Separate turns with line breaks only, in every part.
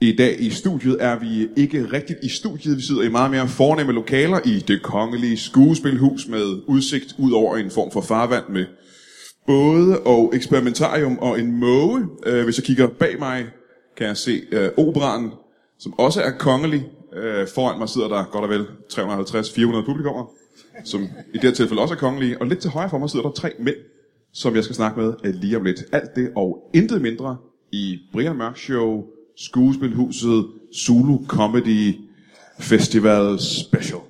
I dag i studiet er vi ikke rigtigt i studiet. Vi sidder i meget mere fornemme lokaler i det kongelige skuespilhus med udsigt ud over en form for farvand med både og eksperimentarium og en måge. Øh, Hvis jeg kigger bag mig, kan jeg se øh, operan, som også er kongelig. Øh, Foran mig sidder der godt og vel 350-400 publikummer, som i det her tilfælde også er kongelige. Og lidt til højre for mig sidder der tre mænd, som jeg skal snakke med øh, lige om lidt. Alt det og intet mindre i Brian Mørk Show, Skuespilhuset, Zulu Comedy Festival Special.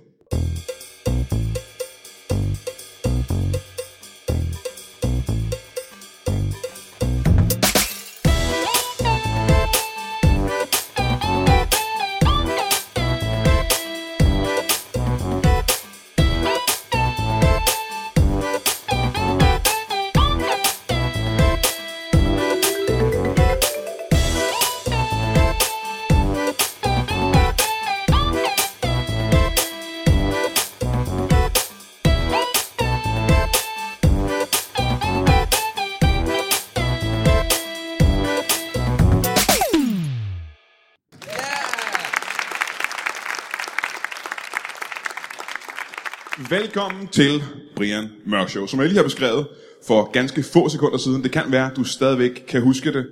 Velkommen til Brian Mørk Show, som jeg lige har beskrevet for ganske få sekunder siden. Det kan være, at du stadigvæk kan huske det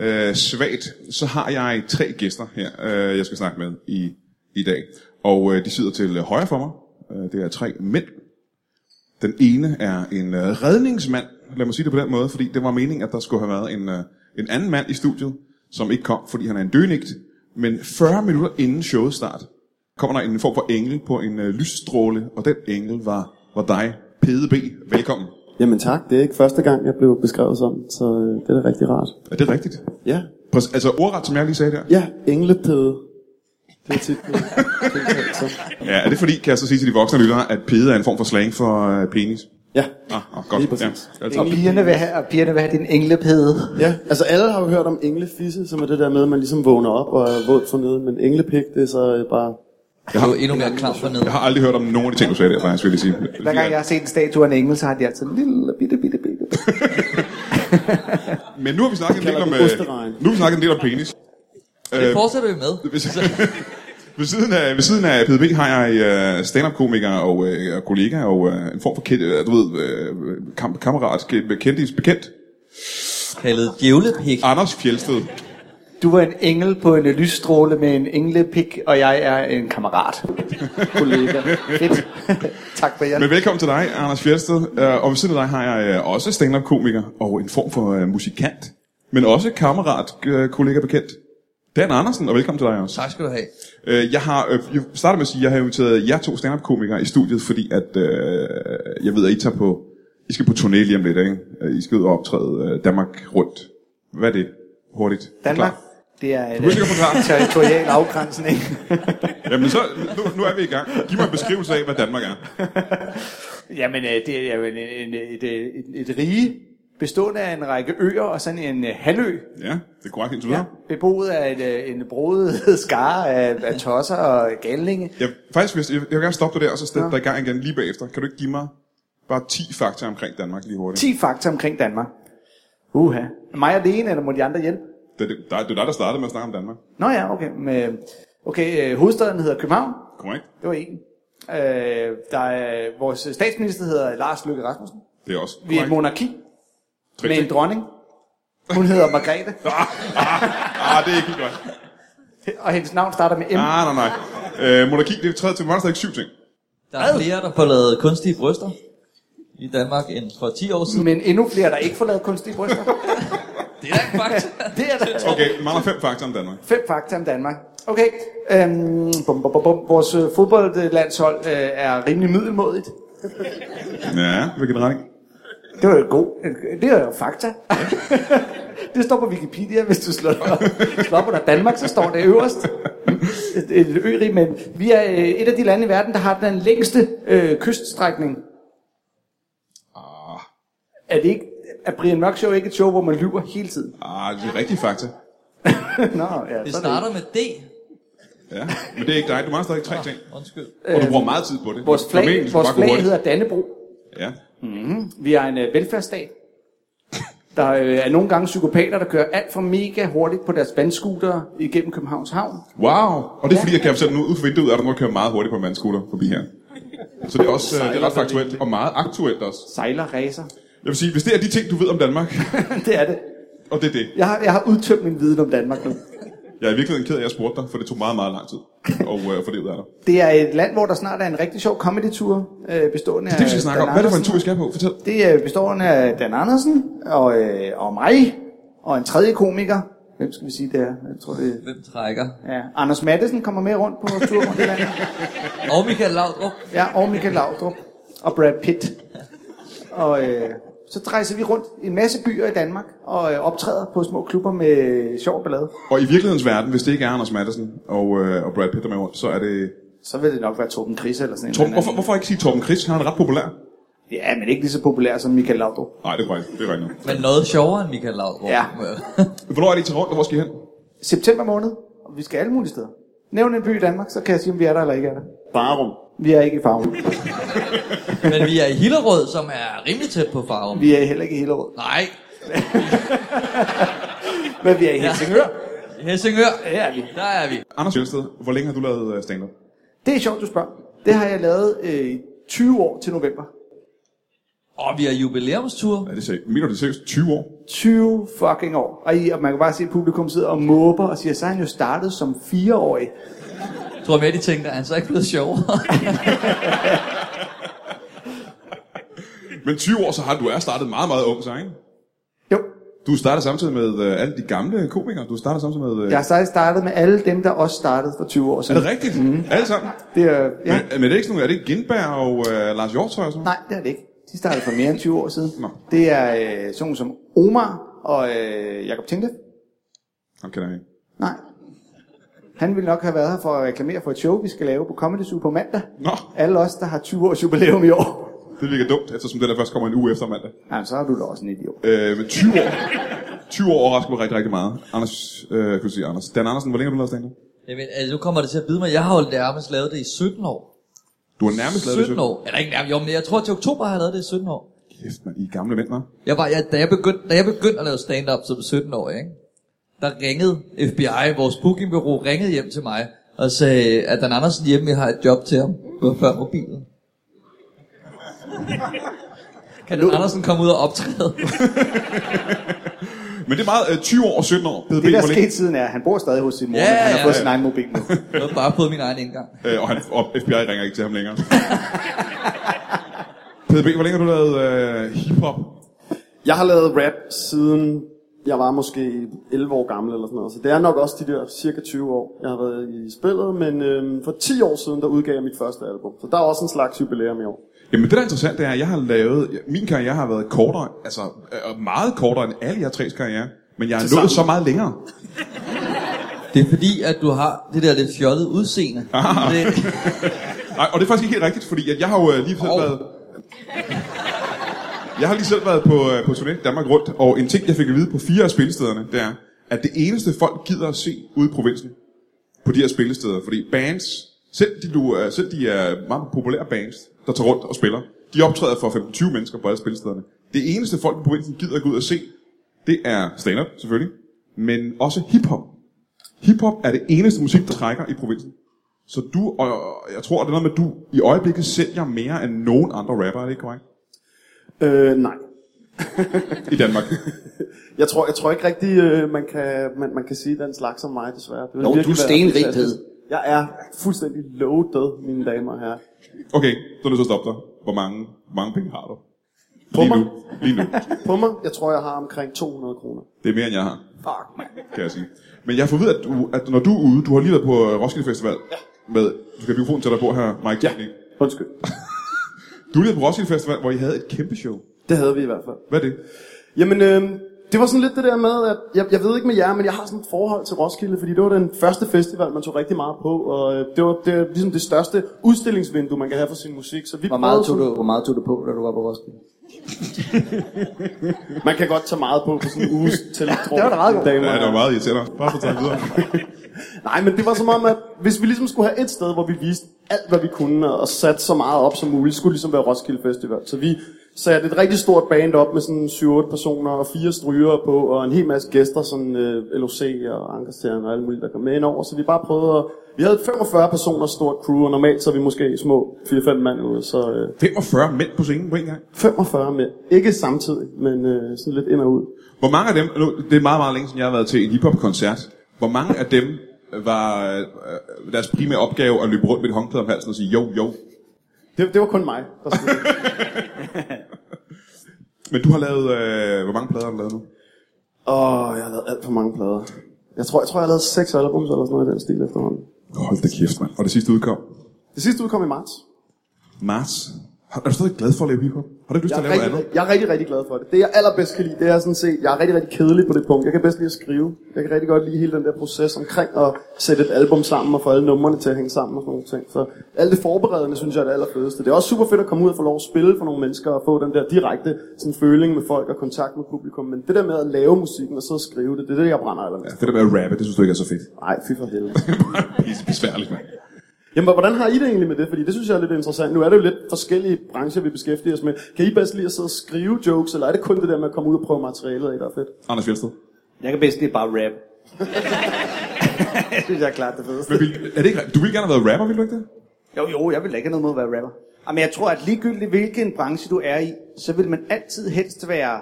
øh, svagt. Så har jeg tre gæster her, øh, jeg skal snakke med i, i dag. Og øh, de sidder til øh, højre for mig. Øh, det er tre mænd. Den ene er en øh, redningsmand, lad mig sige det på den måde, fordi det var meningen, at der skulle have været en, øh, en anden mand i studiet, som ikke kom, fordi han er en dønigt. Men 40 minutter inden showet start, kommer der en form for engel på en øh, lysstråle, og den engel var, var dig, Pede B. Velkommen.
Jamen tak, det er ikke første gang, jeg blev beskrevet som, så øh, det er da rigtig rart.
Er det rigtigt?
Ja,
Præcis, altså ordret, som jeg lige sagde der.
ja, englepæde. Det er tit blevet tiltalt som.
Ja, er det fordi, kan jeg så sige til de voksne lyttere, at pede er en form for slang for øh, penis?
Ja,
Ah, ah godt.
Lige præcis.
Ja, altså,
Og pigerne vil have, og pigerne vil have din englepede.
ja, altså alle har jo hørt om englefisse, som er det der med, at man ligesom vågner op og er våd for neden, men englepik, det er så øh, bare...
Jeg har endnu mere klam for ned.
jeg har aldrig hørt om nogen af de ting, du sagde der, faktisk, vil jeg sige.
Hver gang jeg har set en statue af en engel, så har de altid en lille bitte, bitte, bitte.
Men nu har vi snakket en del
Kalder
om,
det osteregn.
øh, nu har vi snakket en del om penis.
Det fortsætter vi med.
Hvis- Ved siden, af, ved siden af PDB har jeg øh, stand-up-komiker og øh, kollega og øh, en form for kendt, øh, du ved, øh, kam- kammerat, ke- kendtis, bekendt,
Kaldet djævlepik.
Anders Fjelsted.
Du var en engel på en lysstråle med en englepik, og jeg er en kammerat. Kollega. Fedt. tak, Brian.
Men velkommen til dig, Anders Fjelsted. Øh, Og ved siden af dig har jeg øh, også stand-up-komiker og en form for øh, musikant, men også kammerat, øh, kollega, bekendt. Dan Andersen, og velkommen til dig også.
Tak skal du have.
Øh, jeg har, øh, jeg starter med at sige, at jeg har inviteret jer to stand-up-komikere i studiet, fordi at, øh, jeg ved, at I tager på, I skal på turné lige om lidt, ikke? Øh, I skal ud og optræde øh, Danmark rundt. Hvad er det? Hurtigt.
Danmark,
Klar.
det er et
Du er sikkert forklaret.
øh, territorial afgrænsning.
Jamen så, nu, nu er vi i gang. Giv mig en beskrivelse af, hvad Danmark er.
Jamen, øh, det er jo en, en, et, øh, et, et rige bestående af en række øer og sådan en øh, halvø,
Ja, det er korrekt indtil
ja.
videre.
beboet af et, øh, en broet skare af, af tosser og galninge.
Jeg, faktisk, hvis, jeg, jeg vil gerne stoppe dig der, og så sætte dig i gang igen lige bagefter. Kan du ikke give mig bare 10 fakta omkring Danmark lige hurtigt?
10 fakta omkring Danmark. Uha. Mig alene, eller må de andre hjælpe?
Det, er det, det er dig, der startede med at snakke om Danmark.
Nå ja, okay. Men, okay, øh, hovedstaden hedder København.
Korrekt.
Det var en. Øh, der er, vores statsminister hedder Lars Løkke Rasmussen.
Det er også
Vi er et
korrekt.
monarki
Tre
med en
ting.
dronning. Hun hedder Margrethe,
Ah, det er ikke helt godt.
og hendes navn starter med M.
Ah, Nej, nej, nej. Øh, monarki, det er træet til monster, ikke syv ting.
Der er flere, der får lavet kunstige bryster i Danmark end for 10 år siden.
Men endnu flere, der ikke får lavet kunstige bryster.
Det er ikke faktisk.
Det er der
Okay, vi mangler fem fakta om Danmark.
Fem fakta om Danmark. Okay. Øhm, bum, bum, bum, bum. Vores øh, fodboldlandshold øh, er rimelig middelmådigt.
Ja, hvilken retning?
Det var jo god. Det er jo fakta. det står på Wikipedia, hvis du slår det op. Slår på dig Danmark, så står det øverst. Et- Et ørig, men vi er øh, et af de lande i verden, der har den længste øh, kyststrækning.
Ah.
Er det ikke... Er Brian Mørk Show ikke et show, hvor man lyver hele tiden?
Ah, det er rigtige fakta.
Nå, ja,
Ah. Det
så er
starter med D.
Ja, men det er ikke dig. Du mangler stadig tre ting.
Undskyld.
Og du bruger meget tid på det.
Vores
Formentlig
flag,
skal du
vores
bare gå
flag
hurtigt.
hedder Dannebro.
Ja.
Vi er en øh, velfærdsstat. Der øh, er nogle gange psykopater, der kører alt for mega hurtigt på deres vandskuter igennem Københavns Havn.
Wow! Og det er fordi, jeg kan fortælle nu ud for vinduet, er der nogen, der kører meget hurtigt på en vandskuter forbi her. Så det er også øh, det er ret faktuelt, og meget aktuelt også.
Sejler, racer.
Jeg vil sige, hvis det er de ting, du ved om Danmark,
det er det.
og det er det.
Jeg har, jeg har udtømt min viden om Danmark nu.
Jeg er i virkeligheden ked af, at jeg spurgte dig, for det tog meget, meget lang tid og øh, få det ud af dig.
Det er et land, hvor der snart er en rigtig sjov comedy-tur, øh, bestående af...
Det vi skal snakke om.
Dan
Hvad er det for en
Andersen.
tur, vi skal på? Fortæl.
Det øh, består af Dan Andersen og, øh, og mig og en tredje komiker. Hvem skal vi sige det er? Jeg tror, det
Hvem trækker?
er. Ja. Anders Mattesen kommer med rundt på vores tur rundt i landet.
Og Michael Laudrup.
Ja, og Michael Laudrup og Brad Pitt. Og øh, så rejser vi rundt i en masse byer i Danmark og øh, optræder på små klubber med øh, sjov ballade.
Og i virkelighedens verden, hvis det ikke er Anders Madsen og, øh, og Brad Pitt, der er med rundt, så er det...
Så vil det nok være Torben Chris eller sådan en
Torben,
eller
hvorfor,
anden.
hvorfor ikke sige Torben Chris? Han er ret populær.
Ja, men ikke lige så populær som Michael Laudrup.
Nej, det er rigtigt. Det er rigtigt.
Men noget sjovere end Michael Laudrup.
Ja.
Hvornår er det, I tager rundt, og hvor skal I hen?
September måned, og vi skal alle mulige steder. Nævn en by i Danmark, så kan jeg sige, om vi er der eller ikke er der.
Barum.
Vi er ikke i farven.
Men vi er i Hillerød, som er rimelig tæt på farven.
Vi er heller ikke i Hillerød.
Nej,
Men vi er i Helsingør.
i Helsingør.
Ja, er vi.
Der er vi.
Anders Fjeldsted, hvor længe har du lavet øh, stand-up?
Det er sjovt, du spørger. Det har jeg lavet øh, i 20 år til november.
Og vi er jubilæumstur.
Er det seriøst? Mener du det seriøst? 20 år?
20 fucking år. Og, I, og man kan bare se, at publikum sidder og måber og siger, så er han jo startet som 4-årig.
Tror jeg med, de tænkte, at han så ikke blevet sjovere.
Men 20 år, så har du er startet meget, meget ung, så ikke?
Jo,
Du starter samtidig med øh, alle de gamle komikere. Du starter samtidig med... Øh,
jeg har sejt startet med alle dem, der også startede for 20 år
Er
siden.
det rigtigt? Mm. Alle sammen?
Det er,
Ja.
ja.
Men, men er det ikke sådan noget? Er det ikke Gindberg og øh, Lars Hjortøj og sådan noget?
Nej, det er det ikke. De startede for mere end 20 år siden.
Nå.
Det er øh, sådan nogle som Omar og øh, Jakob Tingle.
Han kender jeg ikke.
Nej. Han ville nok have været her for at reklamere for et show, vi skal lave på Comedy Zoo på mandag.
Nå,
Alle os, der har 20 års jubilæum i år.
det virker dumt, eftersom det der først kommer en uge efter mandag.
Jamen, så er du da også en idiot.
Øh, men 20 år. 20 år overrasker mig rigtig, rigtig meget. Anders, øh, kunne du sige Anders. Dan Andersen, hvor længe har du lavet stand
Jamen, altså, nu kommer det til at bide mig. Jeg har jo nærmest lavet det i 17 år.
Du har nærmest lavet
17
det
år. Eller ikke nærmest, jo, men jeg tror til oktober har jeg lavet det i 17 år.
Kæft, man. I er gamle mænd, hva'?
Jeg var, jeg, da, jeg begyndte, da jeg begyndte at lave stand-up som 17-årig, ikke? der ringede FBI, vores bookingbureau, ringede hjem til mig og sagde, at Dan Andersen hjemme jeg har et job til ham. Det var før mobilen. Kan Dan Andersen komme ud og optræde?
Men det er meget øh, 20 år og 17 år.
Det, der er sket siden er, at han bor stadig hos sin mor,
Ja,
men han har
ja,
fået
ja.
sin egen mobil nu.
Jeg havde bare fået min egen indgang.
Øh, og, han, og FBI ringer ikke til ham længere. PDB, hvor længe har du lavet øh, hiphop?
Jeg har lavet rap siden jeg var måske 11 år gammel eller sådan noget, så det er nok også de der cirka 20 år, jeg har været i spillet, men øhm, for 10 år siden, der udgav jeg mit første album, så der er også en slags jubilæum i år.
Jamen det, der er interessant, det er, at jeg har lavet... Min karriere har været kortere, altså øh, meget kortere end alle jer tres karriere. Men jeg har nået så meget længere.
Det er fordi, at du har det der lidt fjollede udseende. Det,
Nej, Ah. og det er faktisk ikke helt rigtigt, fordi at jeg har jo øh, lige selv
Hov.
været... Jeg har lige selv været på, øh, på turné Danmark rundt, og en ting, jeg fik at vide på fire af spillestederne, det er, at det eneste folk gider at se ude i provinsen, på de her spillesteder, fordi bands, selv de, du, øh, selv de er meget populære bands, der tager rundt og spiller, de optræder for 15-20 mennesker på alle spillestederne. Det eneste folk i provinsen gider at gå ud og se, det er stand-up selvfølgelig, men også hiphop. Hiphop er det eneste musik, der trækker i provinsen. Så du, og jeg tror, det er noget med, at du i øjeblikket sælger mere end nogen andre rapper, er det ikke korrekt?
Øh, nej.
I Danmark.
Jeg tror, jeg tror ikke rigtig, øh, man, kan, man, man kan sige den slags om mig, desværre. Det vil
Jo,
virkelig
du er
være
stenrig
fantastisk.
død.
Jeg er fuldstændig loaded, mine damer og herrer.
Okay, så er du så stoppe dig. Hvor mange, hvor mange penge har du?
På
Lige
mig?
nu. Lige nu.
På mig, jeg tror, jeg har omkring 200 kroner.
Det er mere, end jeg har,
Fuck, man.
kan jeg sige. Men jeg får ved, at, du, at når du er ude, du har lige været på øh, Roskilde Festival. Ja. Med, du skal have mikrofonen til dig på her, Mike. Ja.
Undskyld.
Du har lige været på Roskilde Festival, hvor I havde et kæmpe show.
Det havde vi i hvert fald.
Hvad er det?
Jamen, øh, det var sådan lidt det der med, at jeg, jeg ved ikke med jer, men jeg har sådan et forhold til Roskilde, fordi det var den første festival, man tog rigtig meget på, og øh, det var det, er ligesom det største udstillingsvindue, man kan have for sin musik. Så vi
Hvor meget,
prøvede
tog du, hvor meget tog du på, da du var på Roskilde?
sådan- Man kan godt tage meget på på sådan en uges til. ja,
det var da meget godt.
Ja, det var meget irriterende. Bare for at tage det videre.
Nej, men det var som om, at hvis vi ligesom skulle have et sted, hvor vi viste alt, hvad vi kunne, og satte så meget op som muligt, skulle ligesom være Roskilde Festival. Så vi satte et rigtig stort band op med sådan 7-8 personer og fire stryger på, og en hel masse gæster, sådan øh, LOC og Ankerstjerne og alle mulige, der kom med ind over. Så vi bare prøvede at... Vi havde et 45 personer stort crew, og normalt så er vi måske små 4-5 mand ude, så øh,
45 mænd på scenen på en gang.
45 med. Ikke samtidig, men øh, sådan lidt ind og ud.
Hvor mange af dem, nu, det er meget, meget længe siden jeg har været til en hiphop-koncert. Hvor mange af dem var øh, deres primære opgave at løbe rundt med et håndklæde om halsen og sige jo, jo.
Det, det var kun mig, der skulle
Men du har lavet, øh, hvor mange plader har du lavet nu?
Åh, jeg har lavet alt for mange plader. Jeg tror, jeg, tror, jeg har lavet seks albums eller sådan noget i den stil efterhånden.
Hold da kæft, mand. Og det sidste udkom?
Det sidste udkom i marts.
Marts. Har- Er du stadig glad for at lave hiphop? Har du ikke lyst
Jeg
til at
er,
lave
rigtig,
andet?
jeg er rigtig, rigtig glad for det. Det, jeg allerbedst kan lide, det er sådan set, jeg er rigtig, rigtig kedelig på det punkt. Jeg kan bedst lide at skrive. Jeg kan rigtig godt lide hele den der proces omkring at sætte et album sammen og få alle numrene til at hænge sammen og sådan nogle ting. Så alt det forberedende, synes jeg, er det allerfedeste. Det er også super fedt at komme ud og få lov at spille for nogle mennesker og få den der direkte sådan, føling med folk og kontakt med publikum. Men det der med at lave musikken og så at skrive det, det er det, jeg brænder
Ja,
allermest.
det der med at rappe, det synes du ikke er så fedt.
Nej, fy for helvede.
Pisse besværligt, mand.
Jamen, hvordan har I det egentlig med det? Fordi det synes jeg er lidt interessant. Nu er det jo lidt forskellige brancher, vi beskæftiger os med. Kan I bedst lide at sidde og skrive jokes, eller er det kun det der med at komme ud og prøve materialet af, der er fedt?
Anders Fjeldsted.
Jeg kan bedst lide bare rap. jeg synes, jeg er klart det fedeste.
Men vil, er det ikke, du ville gerne have været rapper, ville du ikke det?
Jo, jo, jeg vil da ikke have noget mod at være rapper. Jamen, jeg tror, at ligegyldigt hvilken branche du er i, så vil man altid helst være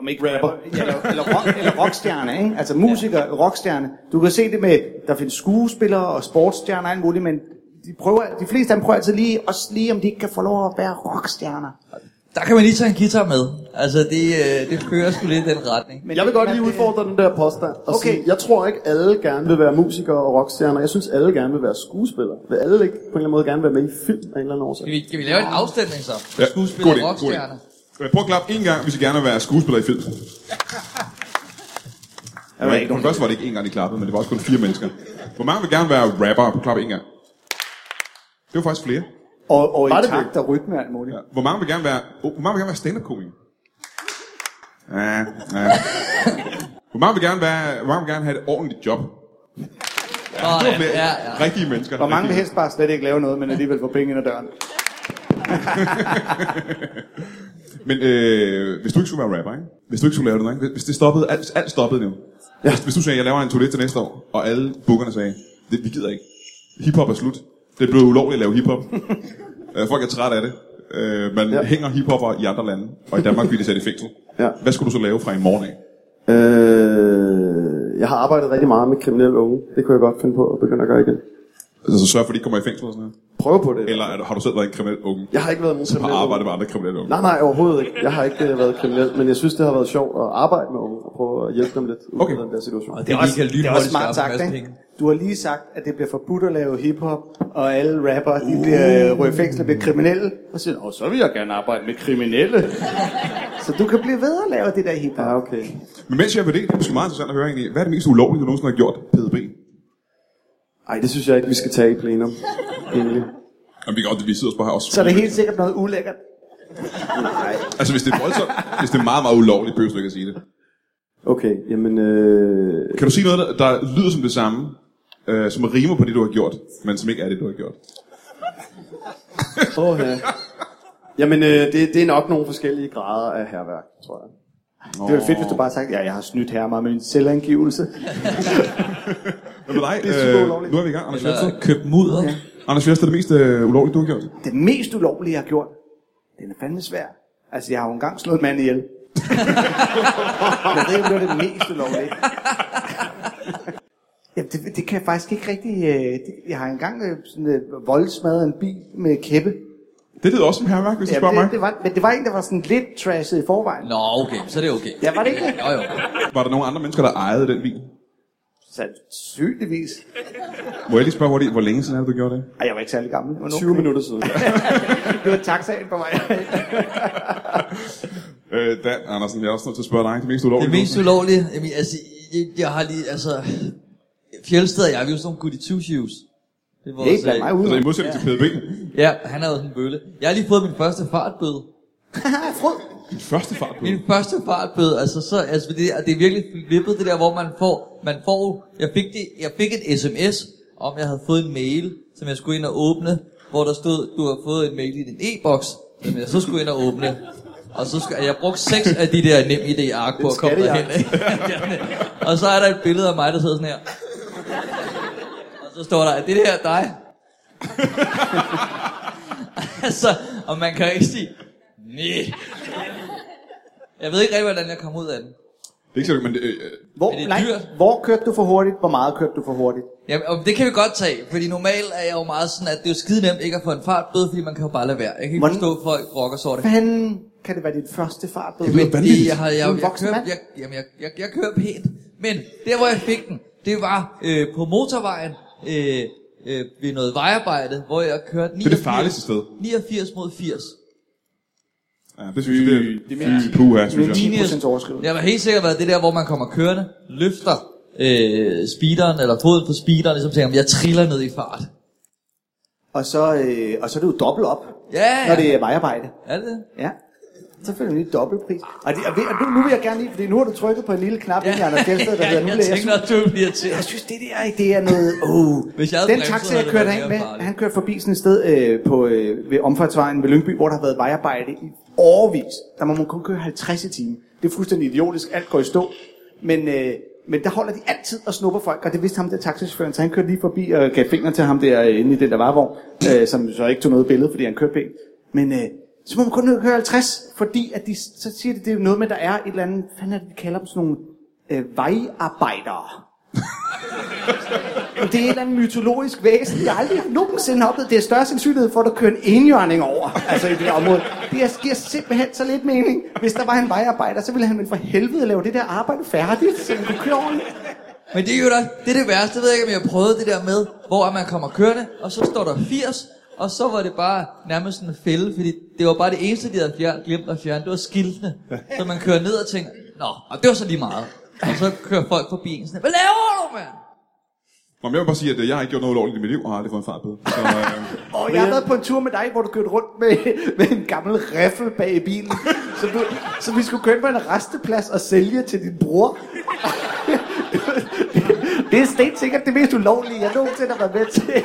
om ikke rapper, ja, eller, eller, rock, eller rockstjerne, ikke? altså musiker, rockstjerne. Du kan se det med, der findes skuespillere og sportsstjerner og alt muligt, men de, prøver, de fleste af dem prøver altså lige, også lige, om de ikke kan få lov at være rockstjerner.
Der kan man lige tage en guitar med. Altså, det, øh, det fører sgu lidt i den retning.
Men
Jeg vil godt
men
lige
det-
udfordre den der påstand. Og okay.
Okay.
sige, jeg tror ikke, alle gerne vil være musikere og rockstjerner. Jeg synes, alle gerne vil være skuespillere. Vil alle ikke på en eller anden måde gerne være med i film af en eller anden årsag?
Kan vi, kan vi lave en afstemning så? For
god idé,
skuespillere og
god
rockstjerner.
idé. Øh, Prøv at klappe en gang, hvis I gerne vil være skuespiller i film.
Jeg ved ikke,
På den første var det ikke en gang, de klappede, men det var også kun fire mennesker. Hvor mange vil gerne være rapper? Klap en gang. Det var faktisk flere.
Og, og i
Var det
takt og rytme og alt muligt.
Ja. Hvor mange vil gerne være, oh, hvor mange vil gerne være stand-up-komiker? Ja, ja. Hvor mange vil gerne være, hvor mange vil gerne have et ordentligt job? Det var
Sådan,
flere
ja, ja.
rigtige mennesker.
Hvor mange
rigtige.
vil helst bare slet ikke lave noget, men alligevel få penge ind ad døren.
Men øh, hvis du ikke skulle være rapper, ikke? Hvis du ikke skulle lave det, nu, ikke? Hvis- hvis det stoppede, alt, alt stoppede nu. Ja. Hvis, hvis du sagde, jeg laver en toilet til næste år, og alle bookerne sagde, det, vi gider ikke. Hiphop er slut. Det er blevet ulovligt at lave hiphop. øh, folk er trætte af det. Øh, man ja. hænger hiphopper i andre lande, og i Danmark bliver de sat i fængsel.
Ja.
Hvad skulle du så lave fra i morgen af?
Øh, jeg har arbejdet rigtig meget med kriminelle unge. Det kunne jeg godt finde på at begynde at gøre igen.
Altså så sørg for, at de ikke kommer i fængsel og sådan noget?
Prøv på det.
Eller er du- har du selv været en kriminel unge?
Jeg har ikke været nogen
Har
kriminel unge.
arbejdet med andre kriminelle unge?
Nej, nej, overhovedet ikke. Jeg har ikke øh, været kriminel, men jeg synes, det har været sjovt at arbejde med unge og prøve at hjælpe dem lidt ud
Okay.
af den der situation.
Og det,
Det er,
vi
også,
kan
det er også
lynhurtigt
smart
skaffe en
sagt,
masse
ikke?
penge.
Du har lige sagt, at det bliver forbudt at lave hiphop, og alle rapper, de bliver uh. ryger i fængsel og bliver kriminelle. Og så siger du, "Åh, så vil jeg gerne arbejde med kriminelle. så du kan blive ved at lave det der hiphop.
Ja,
Ja.
okay.
Men mens jeg er ved det, det er måske meget interessant at høre egentlig, hvad er det mest ulovlige, du nogensinde har gjort? PDB?
Ej, det synes jeg ikke, vi skal tage i plenum. Egentlig.
Jamen, vi kan godt, vi sidder også bare her også.
Så er det helt sikkert noget ulækkert.
Altså, hvis det er voldsomt, hvis det er meget, meget ulovligt, behøver du ikke at sige det.
Okay, jamen... Øh...
Kan du sige noget, der, der lyder som det samme, øh, som rimer på det, du har gjort, men som ikke er det, du har gjort?
Åh, ja. Jamen, øh, det, det er nok nogle forskellige grader af herværk, tror jeg.
Det var fedt, hvis du bare sagde, ja, jeg har snydt her meget med min selvangivelse.
Hvad med dig? Øh,
Det er super ulovligt.
nu er vi i gang, Anders Fjeldsted.
Eller købe mudder. Ja.
Anders Fjeldsted, det mest øh, ulovlige, du har gjort?
Det mest ulovlige, jeg har gjort, den er fandme svær. Altså, jeg har jo engang slået en mand ihjel. jeg ved ikke, om det var det mest ulovlige. Jamen, det, det kan jeg faktisk ikke rigtig... Øh, det, jeg har engang øh, sådan, øh, voldsmadret en bil med kæppe.
Det lyder også som herværk, hvis du spørger
det,
mig.
det var, men det var en, der var sådan lidt trashet i forvejen.
Nå, okay, så er det okay.
Ja, var det ikke det?
Jo, jo.
Var der nogen andre mennesker, der ejede den bil?
Sandsynligvis.
Må jeg lige spørge hurtigt, hvor længe siden er det, du gjorde det?
Ej, jeg var ikke særlig gammel. Det var
20 minutter siden.
Det var taxaen på mig.
Øh, Dan Andersen, jeg er også nødt til at spørge dig. Det mest ulovlige,
Det mest
du har
ulovlige, jamen, altså, jeg, jeg har lige, altså, Fjeldsted og jeg, vi er jo sådan nogle goody two shoes. Det er vores, øh,
Ikke blandt mig
gjort? Altså,
ude.
i modsætning til PDB.
Ja, han havde sådan en bølle. Jeg har lige fået min første fartbøde.
Frød.
Din første fart på.
Min første fartbøde, altså så, altså det, er- det er virkelig flippet det der, hvor man får, man får, jeg fik, det, jeg fik et sms, om jeg havde fået en mail, som jeg skulle ind og åbne, hvor der stod, du har fået en mail i din e-boks, som jeg så skulle ind og åbne. Og så skal, jeg brugte seks af de der nem idé ark på
En
at komme derhen.
skattejagt.
ikke? og så er der et billede af mig, der sidder sådan her. Og så står der, er det her dig? altså, og man kan jo ikke sige, nej. Jeg ved ikke rigtig, hvordan jeg kom ud af den.
Det er ikke sådan, men det, øh,
Hvor,
Er det
nej,
dyrt?
hvor kørte du for hurtigt? Hvor meget kørte du for hurtigt?
Jamen, og det kan vi godt tage, fordi normalt er jeg jo meget sådan, at det er jo skide nemt ikke at få en fartbøde, fordi man kan jo bare lade være. Jeg kan ikke
Hvordan-
forstå, at folk rocker sig over det.
Fanden, kan det være din første fart?
Det lyder
Men
vanvittigt.
det, jeg, havde, jeg,
Du er
jeg,
en
jeg,
voksen
kører,
mand.
jeg, jamen, jeg, jeg, jeg kører pænt. Men der, hvor jeg fik den, det var øh, på motorvejen øh, øh, ved noget vejarbejde, hvor jeg kørte 89,
det er det farligste sted.
89 mod 80.
Ja, det synes jeg, det
det er
er
mere-
fy, puha, synes
Men
jeg.
10% overskridelse.
Jeg var helt sikker været det der, hvor man kommer kørende, løfter øh, speederen, eller foden på speederen, ligesom tænker, jeg triller ned i fart.
Og så, øh, og så er det jo dobbelt op,
Ja,
når det er vejarbejde.
er det det?
Ja. Så får du lige dobbeltpris. Og, det, og, ved, og nu, nu vil jeg gerne lige, fordi nu har du trykket på en lille knap ja. i Anders Fjeldsted, der hedder, nu
jeg,
bliver
jeg
jeg,
tænker, at du bliver til.
jeg synes, det der det er noget... Oh.
Hvis jeg havde
den
bremset,
taxa,
havde
jeg
det
kørte
været
ind
mere
med,
farligt.
han kørte forbi sådan et sted øh, på, øh, ved omfartsvejen ved Lyngby, hvor der har været vejarbejde i årvis. Der må man kun køre 50 i timen. Det er fuldstændig idiotisk, alt går i stå. Men, øh, men der holder de altid og snupper folk, og det vidste ham der taxichaufføren, så han kørte lige forbi og gav fingre til ham der øh, inde i den der varevogn, øh, som så ikke tog noget billede, fordi han kørte pænt. Men øh, så må man kun køre 50, fordi at de, så siger de, det er noget med, der er et eller andet, hvad fanden er det, de kalder dem sådan nogle øh, vejarbejdere. Det er et eller andet mytologisk væsen, jeg aldrig nogensinde har oplevet. Det er større sandsynlighed for, at du kører en enhjørning over, altså i det her område. Det er- giver simpelthen så lidt mening. Hvis der var en vejarbejder, så ville han vel for helvede lave det der arbejde færdigt, så han kunne køre ordentligt.
Men det er jo da, det er det værste, jeg ved ikke, om jeg har prøvet det der med, hvor er man kommer kørende, og så står der 80, og så var det bare nærmest en fælde, fordi det var bare det eneste, de havde fjern, glemt at fjerne, det var skiltene. Så man kører ned og tænker, nå, og det var så lige meget. Og så kører folk forbi en sådan, hvad laver du, mand?
Nå, men jeg vil bare sige, at øh, jeg har ikke gjort noget ulovligt i mit liv, og har aldrig fået en fartbøde. Så, øh,
Og jeg har været på en tur med dig, hvor du kørte rundt med, med en gammel riffel bag i bilen, som, du, som vi skulle købe på en resteplads og sælge til din bror. det er stensikkert det mest ulovlige, jeg nogensinde har været med til.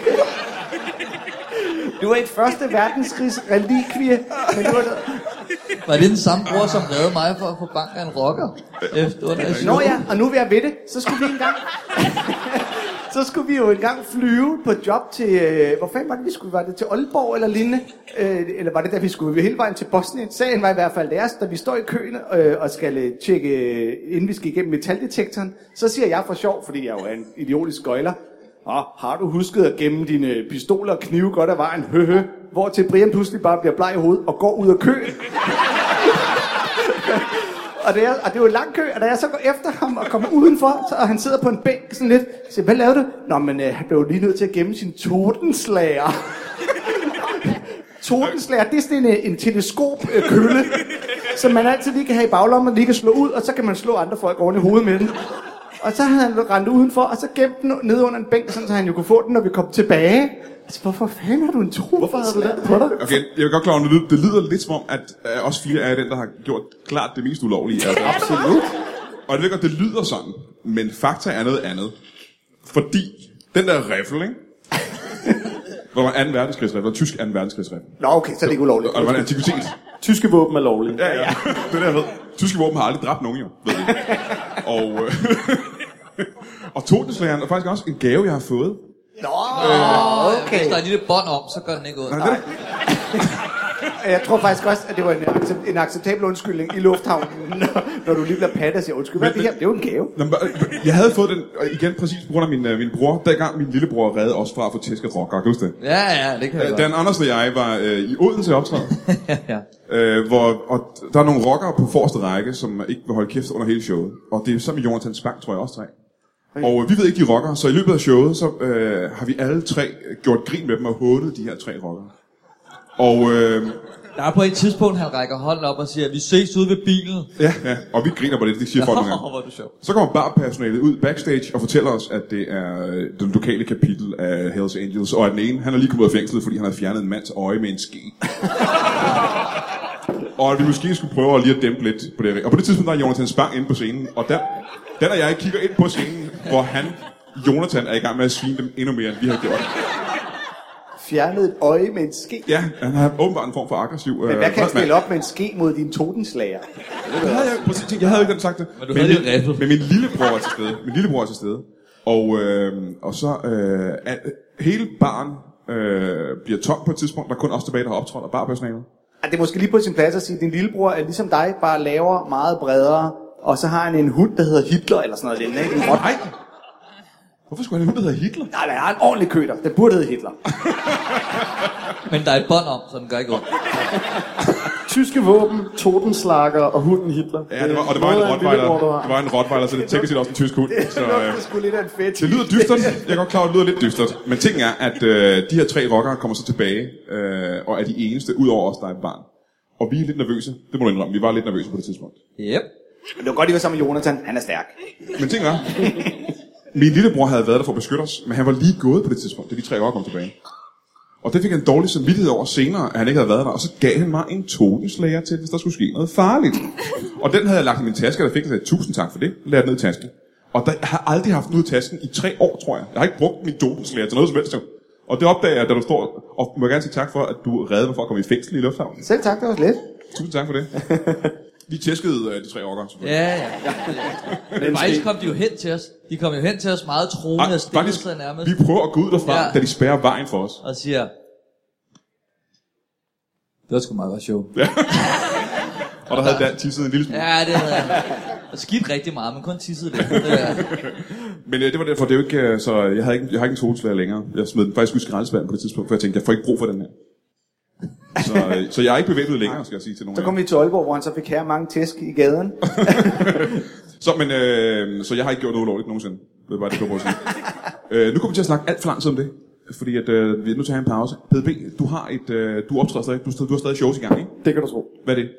Du er et første verdenskrigs relikvie, men du er
Var det den samme bror, som lavede mig for at få bank af en rocker? Efter under et
Nå
show?
ja, og nu vil jeg ved det, så skulle vi engang... så skulle vi jo engang flyve på et job til... Øh, hvor fanden var det, vi skulle? Var det til Aalborg eller lignende? Øh, eller var det, da vi skulle hele vejen til Bosnien? Sagen var i hvert fald deres, da vi står i køen øh, og skal øh, tjekke... Øh, inden vi skal igennem metaldetektoren, så siger jeg for sjov, fordi jeg jo er en idiotisk skøjler. Og har du husket at gemme dine pistoler og knive godt af vejen? Høhø. Hvor til Brian pludselig bare bliver bleg i hovedet og går ud af køen. Og det, er, og det er jo en lang kø, og da jeg så går efter ham og kommer udenfor, så, og han sidder på en bænk sådan lidt, så siger, hvad lavede du? Nå, men øh, han blev jo lige nødt til at gemme sin tordenslager. tordenslager, det er sådan en, øh, en teleskopkølle, som man altid lige kan have i baglommen, og lige kan slå ud, og så kan man slå andre folk oven i hovedet med den. Og så havde han rendt udenfor, og så gemt den nede under en bænk, sådan, så han jo kunne få den, når vi kom tilbage. Altså, hvorfor fanden har du en tro? Hvorfor havde du lavet det på dig?
okay, jeg er godt klar over, at det lyder, det lyder lidt som om, at øh, os fire er den, der har gjort klart det mest ulovlige. Altså. Absolut. Og det ved jeg godt, det lyder sådan, men fakta er noget andet. Fordi den der riffel, ikke? Hvor var 2. verdenskrigsriffel, var tysk 2. verdenskrigsriffel.
Nå, okay, så er det ikke ulovligt.
Og det var en antikvitet.
Tyske våben er lovlige.
Ja, ja. det der ved. Tyske våben har aldrig dræbt nogen, jo. Ved I. og, øh, og Totenslageren er faktisk også en gave, jeg har fået.
Nå,
Hvis
okay.
der er et lille bånd om, så gør den ikke ud.
Nej, det,
Og Jeg tror faktisk også, at det var en, accep- en acceptabel undskyldning i lufthavnen, når, når du lige bliver pat og siger, undskyld, hvad er det her? Det er jo en gave.
Nå, men, øh, Jeg havde fået den, og igen præcis på grund af min, øh, min bror, dengang min lillebror redde os fra at få tæsk af rocker, kan du huske det?
Ja, ja, det kan jeg
Øh,
godt.
Dan Andersen og jeg var øh, i Odense optræde,
Ja.
øh, hvor og der er nogle rockere på forreste række, som ikke vil holde kæft under hele showet. Og det er sammen med Jonathan Spang, tror jeg også tre. Og øh, vi ved ikke, de rockere, så i løbet af showet, så øh, har vi alle tre gjort grin med dem og hånet de her tre rockere. Og, øh,
Der er på et tidspunkt, han rækker hånden op og siger, vi ses ude ved bilen.
ja, ja, og vi griner på det, det siger folk nogle gange.
Åh, hvor er du sjov.
Så kommer barpersonalet ud backstage og fortæller os, at det er øh, den lokale kapitel af Hells Angels, og at den ene, han er lige kommet ud af fængslet, fordi han havde fjernet en mands øje med en ske. og at vi måske skulle prøve at lige at dæmpe lidt på det. her. Og på det tidspunkt, der er Jonathan Spang inde på scenen, og der, den og jeg kigger ind på scenen, hvor han, Jonathan, er i gang med at svine dem endnu mere, end vi har gjort.
fjernet et øje med en ske.
Ja, han har åbenbart en form for aggressiv øh,
Men hvad kan jeg
voldsmand.
stille op med en ske mod din totenslager?
Det havde jeg, prøv at tænke, jeg havde jo ikke den sagt det.
Men du havde
min-
det jo riffet.
Men min lillebror var til stede. Min lillebror var til stede. Og, øh, og så øh, at, hele baren øh, bliver tom på et tidspunkt. Der er kun os tilbage, der har optrådt, og barpersonalet.
Ah, det er måske lige på sin plads at sige, at din lillebror er ligesom dig, bare laver meget bredere, og så har han en hund, der hedder Hitler, eller sådan noget lignende, ikke? En rot.
Nej! Hvorfor skulle han have en hund, der hedder Hitler?
Nej, der er en ordentlig køter. Den burde hedde Hitler.
Men der er et bånd om, så den gør ikke ondt.
Tyske våben, Totenslager og hunden Hitler.
Ja, det var, og det var en
Noget af
rottweiler.
lillebror, du har.
Det var en rottweiler, så det er teknisk set også en tysk hund. Så, øh,
Det er sgu lidt af en fedt.
det lyder dystert. Jeg er godt klar, over, det lyder lidt dystert. Men ting er, at øh, de her tre rockere kommer så tilbage, øh, og er de eneste, udover os, der er et barn. Og vi er lidt nervøse. Det må du indrømme. Vi var lidt nervøse på det tidspunkt.
Yep.
Men det var godt, I var sammen med Jonathan. Han er stærk.
Men ting var, min lillebror havde været der for at beskytte os, men han var lige gået på det tidspunkt, da de tre år kom tilbage. Og det fik han dårlig samvittighed over senere, at han ikke havde været der, og så gav han mig en totenslager til, hvis der skulle ske noget farligt. Og den havde jeg lagt i min taske, og der fik jeg sagde, tusind tak for det, lagde den ned i tasken. Og der, jeg har aldrig haft den ud i tasken i tre år, tror jeg. Jeg har ikke brugt min totenslager til noget som helst. jo. Og det opdager jeg, da du står, og må gerne sige tak for, at du reddede mig for at komme i fængsel i lufthavnen.
Selv tak, det var slet.
Tusind tak for det. Vi tæskede øh, de tre årgårde, selvfølgelig.
Ja, ja. Men faktisk kom de jo hen til os. De kom jo hen til os meget troende og
Fak-
stille
Ah, faktisk,
sig nærmest.
vi prøver at gå ud derfra, ja.
Ja.
da de spærrer vejen for os.
Og siger... Det var sgu meget godt show.
Og der havde Dan tisset en lille smule. Ja.
Ja, det havde jeg. Og skidt rigtig meget, men kun tisset lidt. Det er-
Men øh, det var derfor, det er jo ikke, øh, så jeg havde ikke, jeg har ikke en solslæger længere. Jeg smed den faktisk ud i skraldespanden på det tidspunkt, for jeg tænkte, jeg får ikke brug for den her. Så, øh, så jeg er ikke bevæbnet længere, skal jeg sige til nogen
Så
af
kom vi til Aalborg, hvor han så fik her mange tæsk i gaden.
jer. så, men, øh, så jeg har ikke gjort noget ulovligt nogensinde. Det var bare det, jeg prøver at sige. øh, nu kommer vi til at snakke alt for lang tid om det. Fordi at, øh, vi er nødt til at have en pause. PDB, du har et, øh, du optræder stadig, du, du har stadig shows i gang, ikke?
Det kan du tro.
Hvad er det?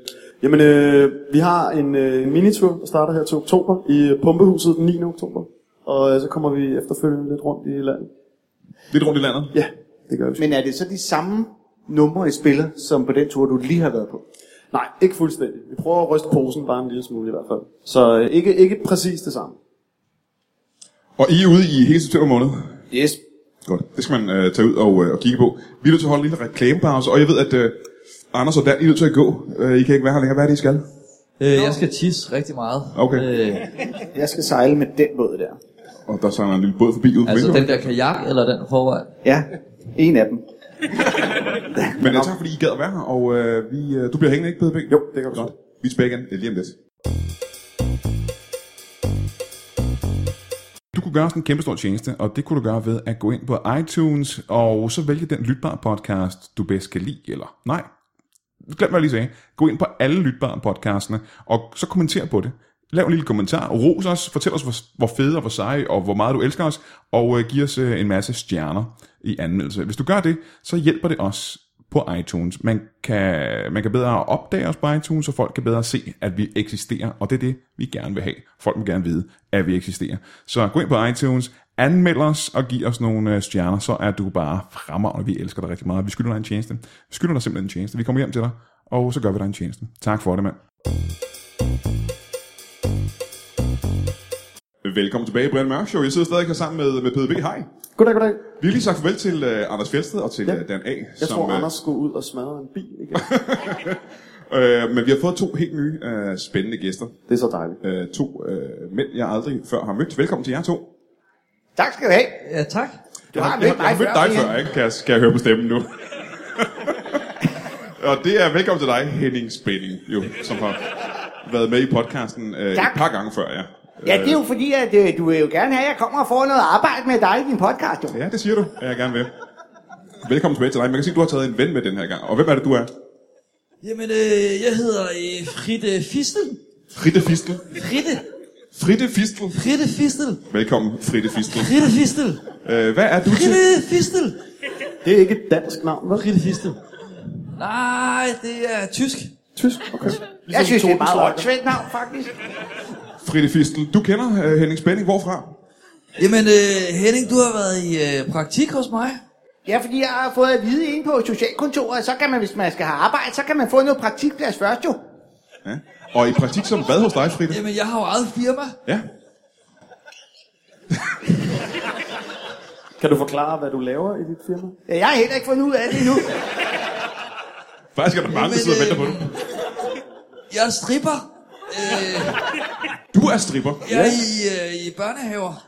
Jamen, øh, vi har en øh, minitur, der starter her til oktober i øh, Pumpehuset den 9. oktober. Og øh, så kommer vi efterfølgende lidt rundt i landet.
Lidt rundt i landet.
Ja, det gør vi.
Men er det så de samme numre, I spiller, som på den tur, du lige har været på?
Nej, ikke fuldstændig. Vi prøver at ryste posen bare en lille smule i hvert fald. Så øh, ikke, ikke præcis det samme.
Og I er ude i hele september måned.
Yes.
Godt. Det skal man øh, tage ud og, øh, og kigge på. Vi er nødt til at holde en lille reklamepause, og jeg ved, at øh, Anders og Dan, I er nødt til at gå. Øh, I kan ikke være her længere. Hvad er det, I skal?
Øh, jeg skal tisse rigtig meget.
Okay.
Øh,
Jeg skal sejle med den båd der.
Og der sejler en lille båd forbi ude på
altså
altså,
den der kajak, eller den forvej.
Ja, en af dem.
Men øh, tak, fordi I gad at være her, og øh, vi, øh, du bliver hængende, ikke, PDB?
Jo, det kan
Godt.
du tro.
Vi er tilbage igen øh, lige om lidt. Du kunne gøre os en kæmpe stor tjeneste, og det kunne du gøre ved at gå ind på iTunes, og så vælge den lytbare podcast, du bedst kan lide, eller nej, glem hvad jeg lige sagde. Gå ind på alle lytbare podcastene, og så kommenter på det. Lav en lille kommentar, ros os, fortæl os, hvor, hvor fede og hvor seje, og hvor meget du elsker os, og øh, giv os øh, en masse stjerner i anmeldelse. Hvis du gør det, så hjælper det os på iTunes. Man kan, man kan bedre opdage os på iTunes, og folk kan bedre se, at vi eksisterer, og det er det, vi gerne vil have. Folk må gerne vide, at vi eksisterer. Så gå ind på iTunes, anmeld os og giv os nogle øh, stjerner, så er du bare fremragende. Vi elsker dig rigtig meget. Vi skylder dig en tjeneste. Vi skylder dig simpelthen en tjeneste. Vi kommer hjem til dig, og så gør vi dig en tjeneste. Tak for det, mand. Velkommen tilbage i Brian Mørk Show. Jeg sidder stadig her sammen med, med PDB. Hej.
Goddag, goddag.
Vi har lige sagt farvel til uh, Anders Fjeldsted og til ja. Dan A.
Jeg tror,
øh,
Anders skulle ud og smadre en bil igen.
Øh, men vi har fået to helt nye øh, spændende gæster.
det er så dejligt.
Øh, to øh, mænd, jeg aldrig før har mødt. Velkommen til jer to.
Tak skal du have.
Ja, tak.
Du har
jeg, har- jeg har mødt dig før, ikke? Kan jeg, kan jeg høre på stemmen nu? og det er velkommen til dig, Henning Spænding, jo, som har været med i podcasten øh, et
Tak.
par gange før, ja.
Ja, det er jo fordi, at øh, du vil jo gerne have, at jeg kommer og får noget arbejde med dig i din podcast. Jo.
Ja, det siger du, at jeg gerne vil. Velkommen tilbage til dig. Man kan sige, at du har taget en ven med den her gang. Og hvem er det, du er?
Jamen, øh, jeg hedder øh, Fritte Fistel.
Fritte Fistel.
Fritte.
Fritte Fistel.
Fritte Fistel.
Velkommen, Fritte Fistel.
Fritte Fistel.
Øh, hvad er du til?
Fritte Fistel.
Det er ikke et dansk navn, vel?
Fritte Fistel. Nej, det er tysk.
Tysk, okay.
Jeg synes, det er et meget
Totenslager.
åndssvagt navn, faktisk.
Fritte Fistel. Du kender øh, Henning Spænding. Hvorfra?
Jamen, øh, Henning, du har været i øh, praktik hos mig.
Ja, fordi jeg har fået at vide ind på socialkontoret, så kan man, hvis man skal have arbejde, så kan man få noget praktikplads først jo.
Ja. Og i praktik som hvad hos dig, Fritte?
Jamen, jeg har jo eget firma.
Ja.
Kan du forklare, hvad du laver i dit firma?
Ja, Jeg har heller ikke fundet ud af det endnu.
Faktisk er der mange, der
Jamen,
sidder og venter
øh,
på det.
Jeg er stripper. Øh,
Du er stripper.
jeg er i, øh, i børnehaver.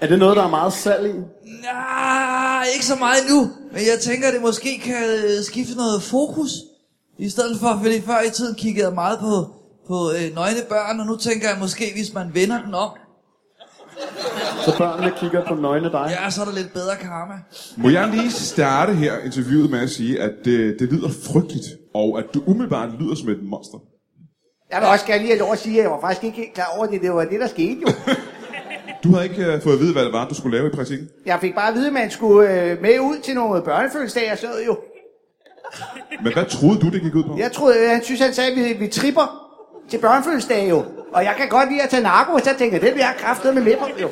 Er det noget, der er meget salg i?
Nej, ikke så meget nu. Men jeg tænker, det måske kan øh, skifte noget fokus. I stedet for, fordi før i tiden kiggede jeg meget på, på øh, nøgne børn, og nu tænker jeg måske, hvis man vender den om,
Så børnene kigger på nøgne dig?
ja, så er der lidt bedre karma.
Må jeg lige starte her interviewet med at sige, at øh, det lyder frygteligt, og at du umiddelbart lyder som et monster.
Jeg vil også gerne lige have lov at sige, at jeg var faktisk ikke helt klar over det. Det var det, der skete jo.
Du havde ikke øh, fået at vide, hvad det var, du skulle lave i praktikken.
Jeg fik bare at vide, at man skulle øh, med ud til nogle børnefødselsdage, og så jo.
Men hvad troede du, det gik ud på?
Jeg troede, øh, han synes, han sagde, at vi, vi tripper til børnefødselsdage jo. Og jeg kan godt lide at tage narko, så tænker jeg, det bliver jeg kraftet med med på jo.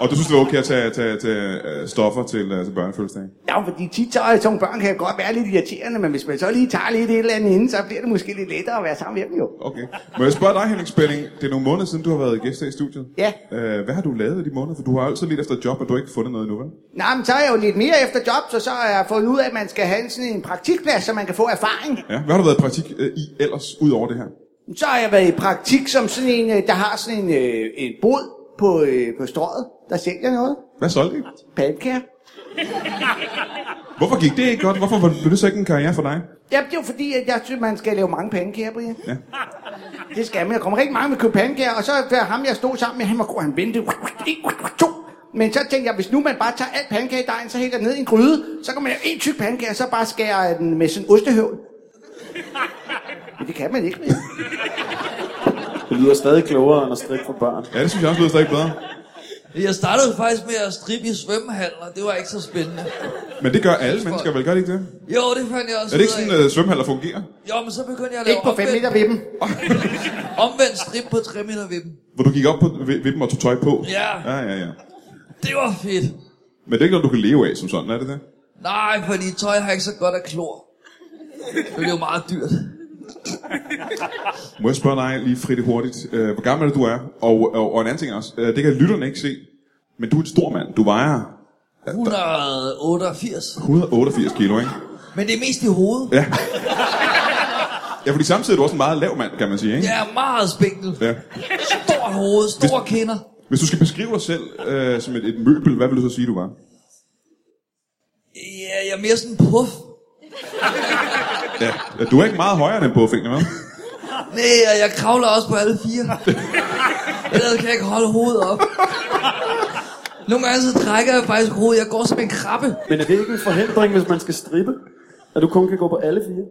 Og du synes, det var okay at tage, tage, tage øh, stoffer til, øh, til børnefødselsdagen?
Ja, fordi tit så er sådan nogle børn kan godt være lidt irriterende, men hvis man så lige tager lidt et eller andet inden, så bliver det måske lidt lettere at være sammen med dem jo.
Okay. Må jeg spørge dig, Henrik Spelling? Det er nogle måneder siden, du har været gæst her i studiet.
Ja.
Øh, hvad har du lavet i de måneder? For du har altid lidt efter et job, og du har ikke fundet noget endnu, vel?
Nej, men så er jeg jo lidt mere efter job, så så har jeg fundet ud af, at man skal have sådan en praktikplads, så man kan få erfaring.
Ja. Hvad har du været i praktik øh, i ellers, ud over det her?
Så har jeg været i praktik som sådan en, øh, der har sådan en, øh, en bod på, øh, på strøget, der sælger noget.
Hvad solgte I?
Pandekager.
Hvorfor gik det ikke godt? Hvorfor var- blev det så ikke en karriere for dig?
Jamen, det er jo fordi, at jeg synes, man skal lave mange pandekager, Brian.
Ja.
Det skal man. Der kommer rigtig mange med at købe pandekager, og så var ham, jeg stod sammen med, han var god, han ventede. En, To. Men så tænkte jeg, hvis nu man bare tager alt pandekagedejen, så hælder den ned i en gryde, så kan man lave en tyk pandekage, og så bare skærer jeg den med sådan en ostehøvl. Men det kan man ikke, Brian.
Det lyder stadig klogere end at strikke for børn.
Ja, det synes jeg også lyder stadig bedre.
Jeg startede faktisk med at strippe i svømmehaller. Det var ikke så spændende.
Men det gør alle mennesker, vel? Gør det ikke det?
Jo, det fandt jeg også
Er det
ud
ikke
af.
sådan, at svømmehaller fungerer?
Jo, men så begyndte jeg at lave
Ikke på 5
omvendt,
liter ved dem.
omvendt strip på 3 meter ved dem.
Hvor du gik op på ved, ved dem og tog tøj på?
Ja.
Ja, ja, ja.
Det var fedt.
Men det er ikke noget, du kan leve af som sådan, er det det?
Nej, fordi tøj har ikke så godt af klor. Det er jo meget dyrt.
Må jeg spørge dig lige frit og hurtigt, øh, hvor gammel er det, du er? Og, og, og en anden ting også, øh, det kan lytterne ikke se, men du er en stor mand. Du vejer
188.
188 kilo, ikke?
Men det er mest i hovedet.
Ja. Ja, fordi samtidig er du også en meget lav mand, kan man sige, ikke?
Jeg er meget spinkel.
Ja.
Stort hoved, store kinder.
Hvis du skal beskrive dig selv øh, som et, et møbel, hvad vil du så sige, du var?
Ja, jeg er mere sådan en puff.
Ja. Du er ikke meget højere end på fingrene, vel?
Nej, og jeg kravler også på alle fire. Ellers kan jeg ikke holde hovedet op. Nogle gange så trækker jeg faktisk hovedet. Jeg går som en krabbe.
Men er det ikke en forhindring, hvis man skal strippe? At du kun kan gå på alle fire?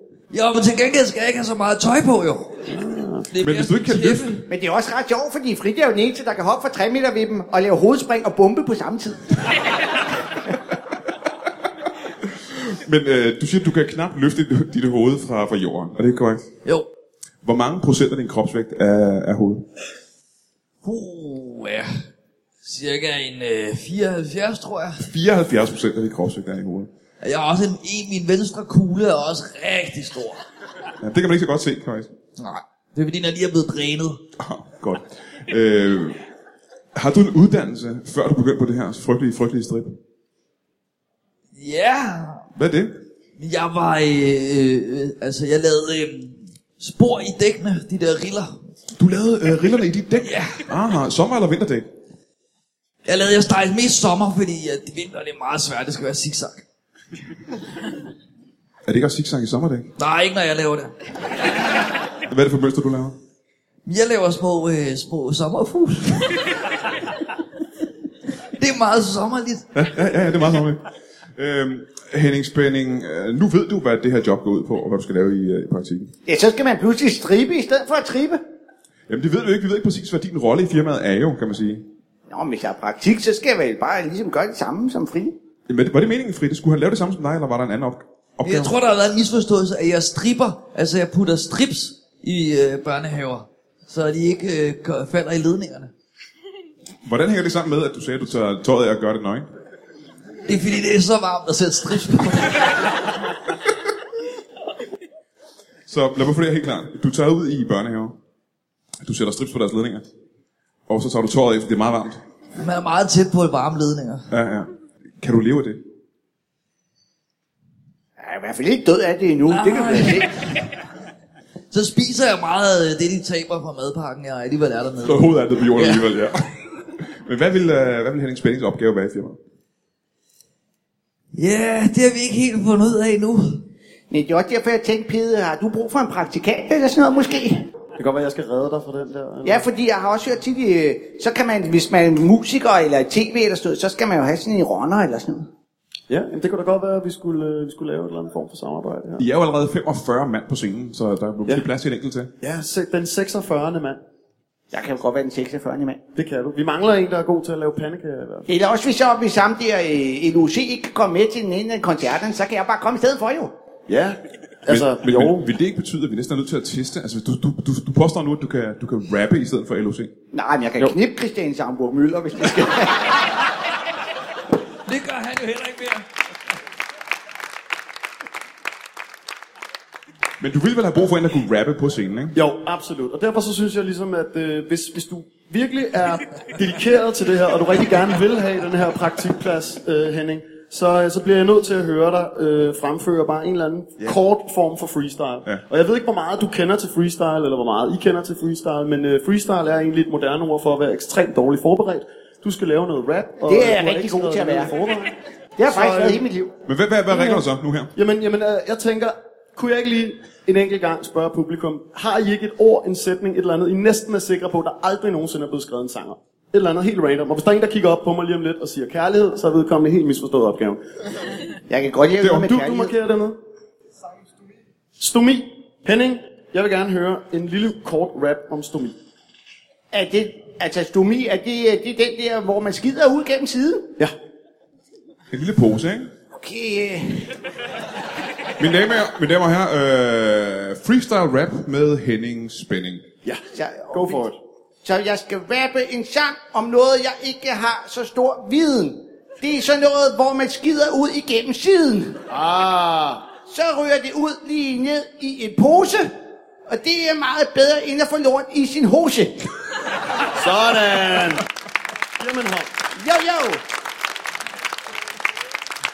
Jo, men til gengæld skal jeg ikke have så meget tøj på, jo. Det er
Men
mere
hvis du ikke kan
sådan en
løfte-
tæppe.
Men det er også ret sjovt, fordi Frida er jo den eneste, der kan hoppe fra 3 meter ved dem og lave hovedspring og bombe på samme tid.
Men øh, du siger, at du kan knap løfte dit, dit hoved fra, fra jorden. Er det ikke korrekt?
Jo.
Hvor mange procent af din kropsvægt er, er hovedet?
Uh, ja. Cirka en øh, 74, tror jeg.
74 procent af din kropsvægt er i hovedet.
Jeg er også en, en min venstre kugle er også rigtig stor.
Ja, det kan man ikke så godt se, faktisk.
Nej. Det er fordi, når lige er blevet drænet.
Ah, godt. Øh, har du en uddannelse, før du begyndte på det her frygtelige, frygtelige strip?
Ja.
Hvad er det?
Men Jeg var, øh, øh, altså jeg lavede øh, spor i dækkene, de der riller.
Du lavede øh, rillerne i dit dæk?
Ja.
Aha, sommer- eller vinterdæk?
Jeg lavede, jeg stegede mest sommer, fordi at vinter det er meget svært, det skal være zigzag.
Er det ikke også zigzag i sommerdæk?
Nej, ikke når jeg laver det.
Hvad er det for mønster, du laver?
Jeg laver små, øh, små sommerfugle. det er meget sommerligt.
Ja, ja, ja, ja, det er meget sommerligt. Øhm, Henning Spænding, øh, nu ved du, hvad det her job går ud på, og hvad du skal lave i, øh, i praktikken.
Ja, så skal man pludselig stribe i stedet for at trippe.
Jamen, det ved vi ikke. Vi ved ikke præcis, hvad din rolle i firmaet er jo, kan man sige.
Nå, men hvis jeg har praktik, så skal jeg vel bare ligesom gøre det samme som Frida.
Men var det meningen, Fride? Skulle han lave det samme som dig, eller var der en anden op- opgave?
Jeg tror, der har været en misforståelse, at jeg stripper, altså jeg putter strips i øh, børnehaver, så de ikke øh, k- falder i ledningerne.
Hvordan hænger det sammen med, at du sagde, at du tager tøjet af og gør det nøgen?
Det er fordi, det er så varmt at sætte strips på.
Så lad mig få det her helt klart. Du tager ud i børnehaver. Du sætter strips på deres ledninger. Og så tager du tøjet efter, det er meget varmt.
Man er meget tæt på varme ledninger.
Ja, ja. Kan du leve af det?
Jeg er i hvert fald ikke død af det endnu. Det kan
Nej.
man se.
Så spiser jeg meget af det, de taber fra madpakken, jeg alligevel er dernede.
Så hovedet er det på jorden
Ja.
alligevel, ja. Men hvad vil, øh, hvad vil Henning Spændings opgave være i firmaet?
Ja, det har vi ikke helt fundet ud af endnu.
Men det er også derfor, jeg tænkte, Pede, har du brug for en praktikant eller sådan noget måske?
Det kan godt være, jeg skal redde dig fra den der. Eller?
Ja, fordi jeg har også hørt tit, øh, så kan man, hvis man er musiker eller i tv eller sådan noget, så skal man jo have sådan en runner eller sådan noget.
ja jamen, det kunne da godt være, at vi skulle, øh, vi skulle lave et eller andet form for samarbejde. Ja,
I er jo allerede 45 mand på scenen, så der er måske ja. plads til en enkelt til.
ja se, den 46. mand.
Jeg kan jo godt være den 46. mand.
Det kan du. Vi mangler en, der er god til at lave pandekager i hvert fald.
Eller også hvis jeg oppe i samme der øh, LOC ikke kan komme med til den ene af koncerterne, så kan jeg bare komme i stedet for jo.
Ja, altså,
men, men,
jo.
men, vil det ikke betyde, at vi næsten er nødt til at teste? Altså, du, du, du, du påstår nu, at du kan, du kan rappe i stedet for LOC.
Nej, men jeg kan knippe Christian Samburg Møller, hvis det skal.
Det gør han jo heller ikke mere.
Men du ville vel have brug for en, der kunne rappe på scenen, ikke?
Jo, absolut. Og derfor så synes jeg ligesom, at øh, hvis, hvis du virkelig er dedikeret til det her, og du rigtig gerne vil have den her praktikplads, øh, Henning, så, øh, så bliver jeg nødt til at høre dig øh, fremføre bare en eller anden yeah. kort form for freestyle.
Ja.
Yeah. Og jeg ved ikke, hvor meget du kender til freestyle, eller hvor meget I kender til freestyle, men øh, freestyle er egentlig et moderne ord for at være ekstremt dårligt forberedt. Du skal lave noget rap. Og
Det
du
er jeg
har
rigtig
ikke
god
noget
til at være.
forberedt.
Det har faktisk
Så,
været
øh,
hele mit liv.
Men hvad, hvad, hvad er reglerne så nu her?
Jamen, jamen øh, jeg tænker, kunne jeg ikke lige en enkelt gang spørge publikum, har I ikke et ord, en sætning, et eller andet, I næsten er sikre på, der aldrig nogensinde er blevet skrevet en sanger? Et eller andet helt random. Og hvis der er en, der kigger op på mig lige om lidt og siger kærlighed, så er vedkommende helt misforstået opgaven.
Jeg kan godt lide
Det er
noget med
Du, du
kærlighed.
markerer dernede. Stomi. Henning, jeg vil gerne høre en lille kort rap om stomi.
Er det, altså stomi, er det, er det den der, hvor man skider ud gennem siden?
Ja.
En lille pose, ikke?
Okay, øh,
Mine damer, mine damer og herrer, øh, freestyle rap med Henning Spænding.
Ja.
så,
Go for it.
så jeg skal rappe en sang om noget, jeg ikke har så stor viden. Det er sådan noget, hvor man skider ud igennem siden.
Ah.
Så ryger det ud lige ned i en pose, og det er meget bedre end at få lort i sin hose.
Sådan. Jamen, hop.
Jo, jo.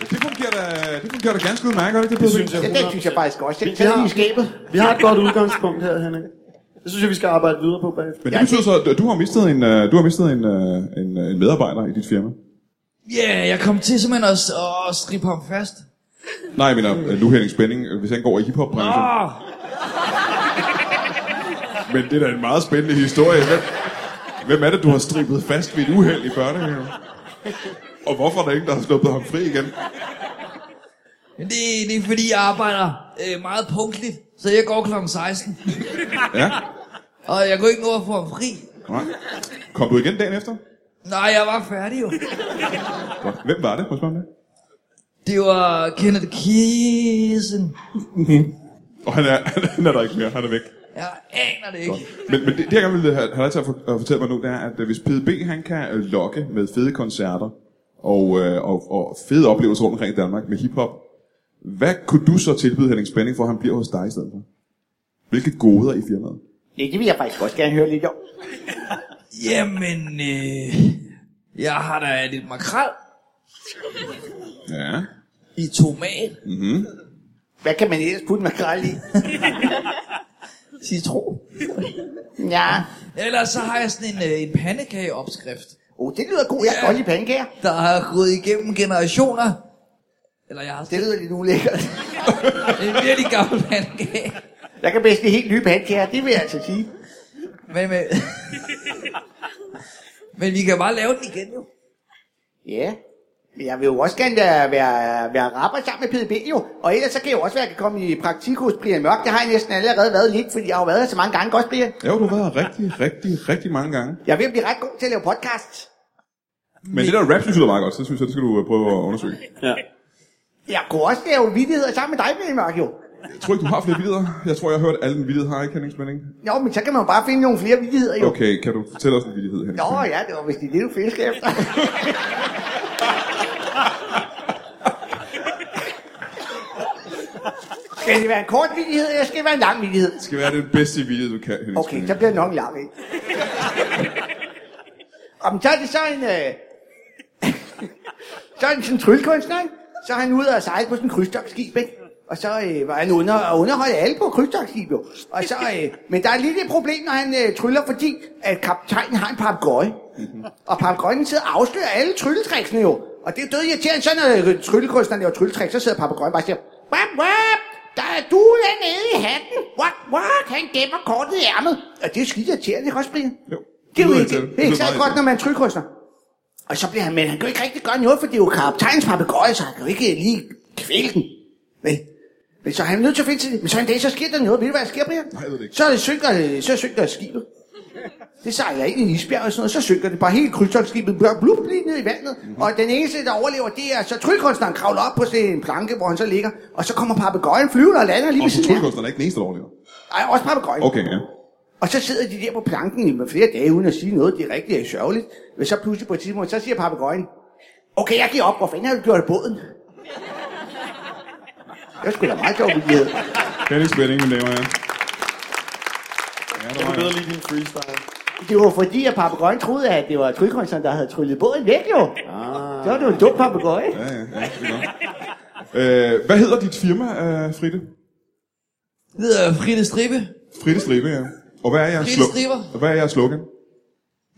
Ja, Det fungerer da, det fungerer da ganske udmærket, gør det ikke?
Det synes jeg.
Ja, det synes jeg faktisk også.
Vi- vi
Det er
har-
i skabet.
Vi har et godt udgangspunkt her, Henning. Det synes jeg, vi skal arbejde videre på bagefter.
Men det betyder så, at du har mistet en, øh, du har mistet en, øh, en, øh, en medarbejder i dit firma.
Ja, yeah, jeg kom til simpelthen at, at strippe ham fast.
Nej, jeg mener, øh, nu Henning Spænding, øh, hvis han går i hiphop-branchen.
Ah!
Åh,
Men det er da en meget spændende historie. Hvem, hvem er det, du har stribet fast ved et uheld i børnehaven? Og hvorfor er der ingen, der har sluppet ham fri igen?
men det, det er fordi, jeg arbejder øh, meget punktligt, så jeg går kl. 16.
Ja,
Og jeg kunne ikke nå at få ham fri.
nej. Kom du igen dagen efter?
Nej, jeg var færdig jo.
Godt. Hvem var det? Må jeg spørge om det?
Det var Kenneth Kiesen.
Og han er, han er der ikke mere, han er væk.
Jeg aner det ikke.
Men, men det, det, jeg gerne ville have, have dig til at, for, at fortælle mig nu, det er, at øh, hvis PDB han kan øh, lokke med fede koncerter og, øh, og, og fede oplevelser rundt omkring i Danmark med hiphop, hvad kunne du så tilbyde Henning Spænding, for at han bliver hos dig i stedet for? Hvilke goder i firmaet?
Ja, det vil jeg faktisk også gerne høre lidt om.
Jamen, øh, jeg har da lidt makrel
Ja.
i tomat,
Hvad kan man ellers putte makrel i?
citron.
Ja.
Ellers så har jeg sådan en, øh, en pandekageopskrift,
Oh, det lyder godt. Jeg kan
Ja.
godt lide pandekager.
der har gået igennem generationer. Eller jeg har
Det
stillet
lyder lidt ulækkert.
en virkelig gammel pandekage.
Jeg kan bedst lide helt nye pandekager, det vil jeg altså sige.
Men, men, men vi kan bare lave den igen jo.
Ja. Men jeg vil jo også gerne være, være, være rapper sammen med PDB jo. Og ellers så kan jeg jo også være, at jeg kan komme i praktik hos Brian Mørk. Det har jeg næsten allerede været lidt, fordi jeg har jo været her så mange gange. Godt, Brian.
Ja, du har været her rigtig, rigtig, rigtig mange gange.
Jeg er ved at blive ret god til at lave podcast.
Men det der rap, synes jeg lyder meget godt, så det synes jeg, det skal du øh, prøve at undersøge.
Ja.
Jeg kunne også lave vidtigheder sammen med dig, Brian Mørk jo.
Jeg tror ikke, du har flere videre. Jeg tror, jeg har hørt alle den vildhed har, ikke Henning Spænding?
Jo, men så kan man jo bare finde nogle flere vidtigheder jo.
Okay, kan du fortælle os en vildhed, Henning
Nå
Spænding?
ja, det var vist det, du fiskede efter. skal det være en kort vidighed, eller skal det være en lang vidighed?
Det skal være den bedste vildhed, du kan, Henning
Okay,
Spænding.
så bliver det nok en lang, ikke? Om så er det så en, øh, så er han sådan en tryllekunstner, ikke? Så er han ude og sejle på sådan en krydstogsskib, ikke? Og så øh, var han under, og underholdt alle på krydstogsskib, jo. Og så, øh, men der er lige et problem, når han øh, tryller, fordi at kaptajnen har en papegøje. Og papegøjen sidder og afslører alle trylletriksene, jo. Og det er død irriterende, så når øh, tryllekunstneren laver trylletrik, så sidder papegøjen bare og siger, wap, wap, der er du nede i hatten. Wap, wap, han gemmer kortet i ærmet. Og det er skidt irriterende, ikke også, Brian?
Jo.
Det er jo
lyder
ikke,
til.
det er ikke
lyder
så
meget
godt, når
til.
man er tryllekunstner. Og så bliver han, men han kan jo ikke rigtig gøre noget, for det er jo kaptajns papegøje, så han kan jo ikke lige kvæle den. Vel? Men så er han nødt til at finde til Men så en dag, så sker der noget. Ved du, hvad der sker, Brian?
Nej, jeg ved det ikke.
Så, er det synker, så synker skibet. Det sejler ind i en isbjerg og sådan noget, så synker det bare helt krydstogsskibet blub, blub lige ned i vandet.
Mhm.
Mm-hmm. Og den eneste, der overlever, det er så tryllekunstneren kravler op på sådan en planke, hvor han så ligger. Og så kommer papegøjen flyvende og lander lige
Og
ved
så
siden af.
tryllekunstneren er ikke den eneste, der overlever.
Ej, også papegøjen.
Okay, ja.
Og så sidder de der på planken i flere dage, uden at sige noget. Det er rigtig sørgeligt. Men så pludselig på et tidspunkt, så siger papegøjen, okay, jeg giver op. Hvor fanden har du gjort af båden? Jeg skulle da meget sjov mulighed.
Kærlig spænding, mine damer og herrer. Ja, der
Jeg
var
kan bedre lide din freestyle.
Det var fordi, at papegøjen troede, at det var tryllekunstneren, der havde tryllet båden væk, jo. Ah. Så var det jo en dum papegøje.
Ja, ja, ja, det er godt. Øh, hvad hedder dit firma, øh, Fritte?
Det hedder Fritte Stribe.
Fritte Stribe, ja. Og hvad er jeres,
Fritte Striber.
og hvad er jeres slogan?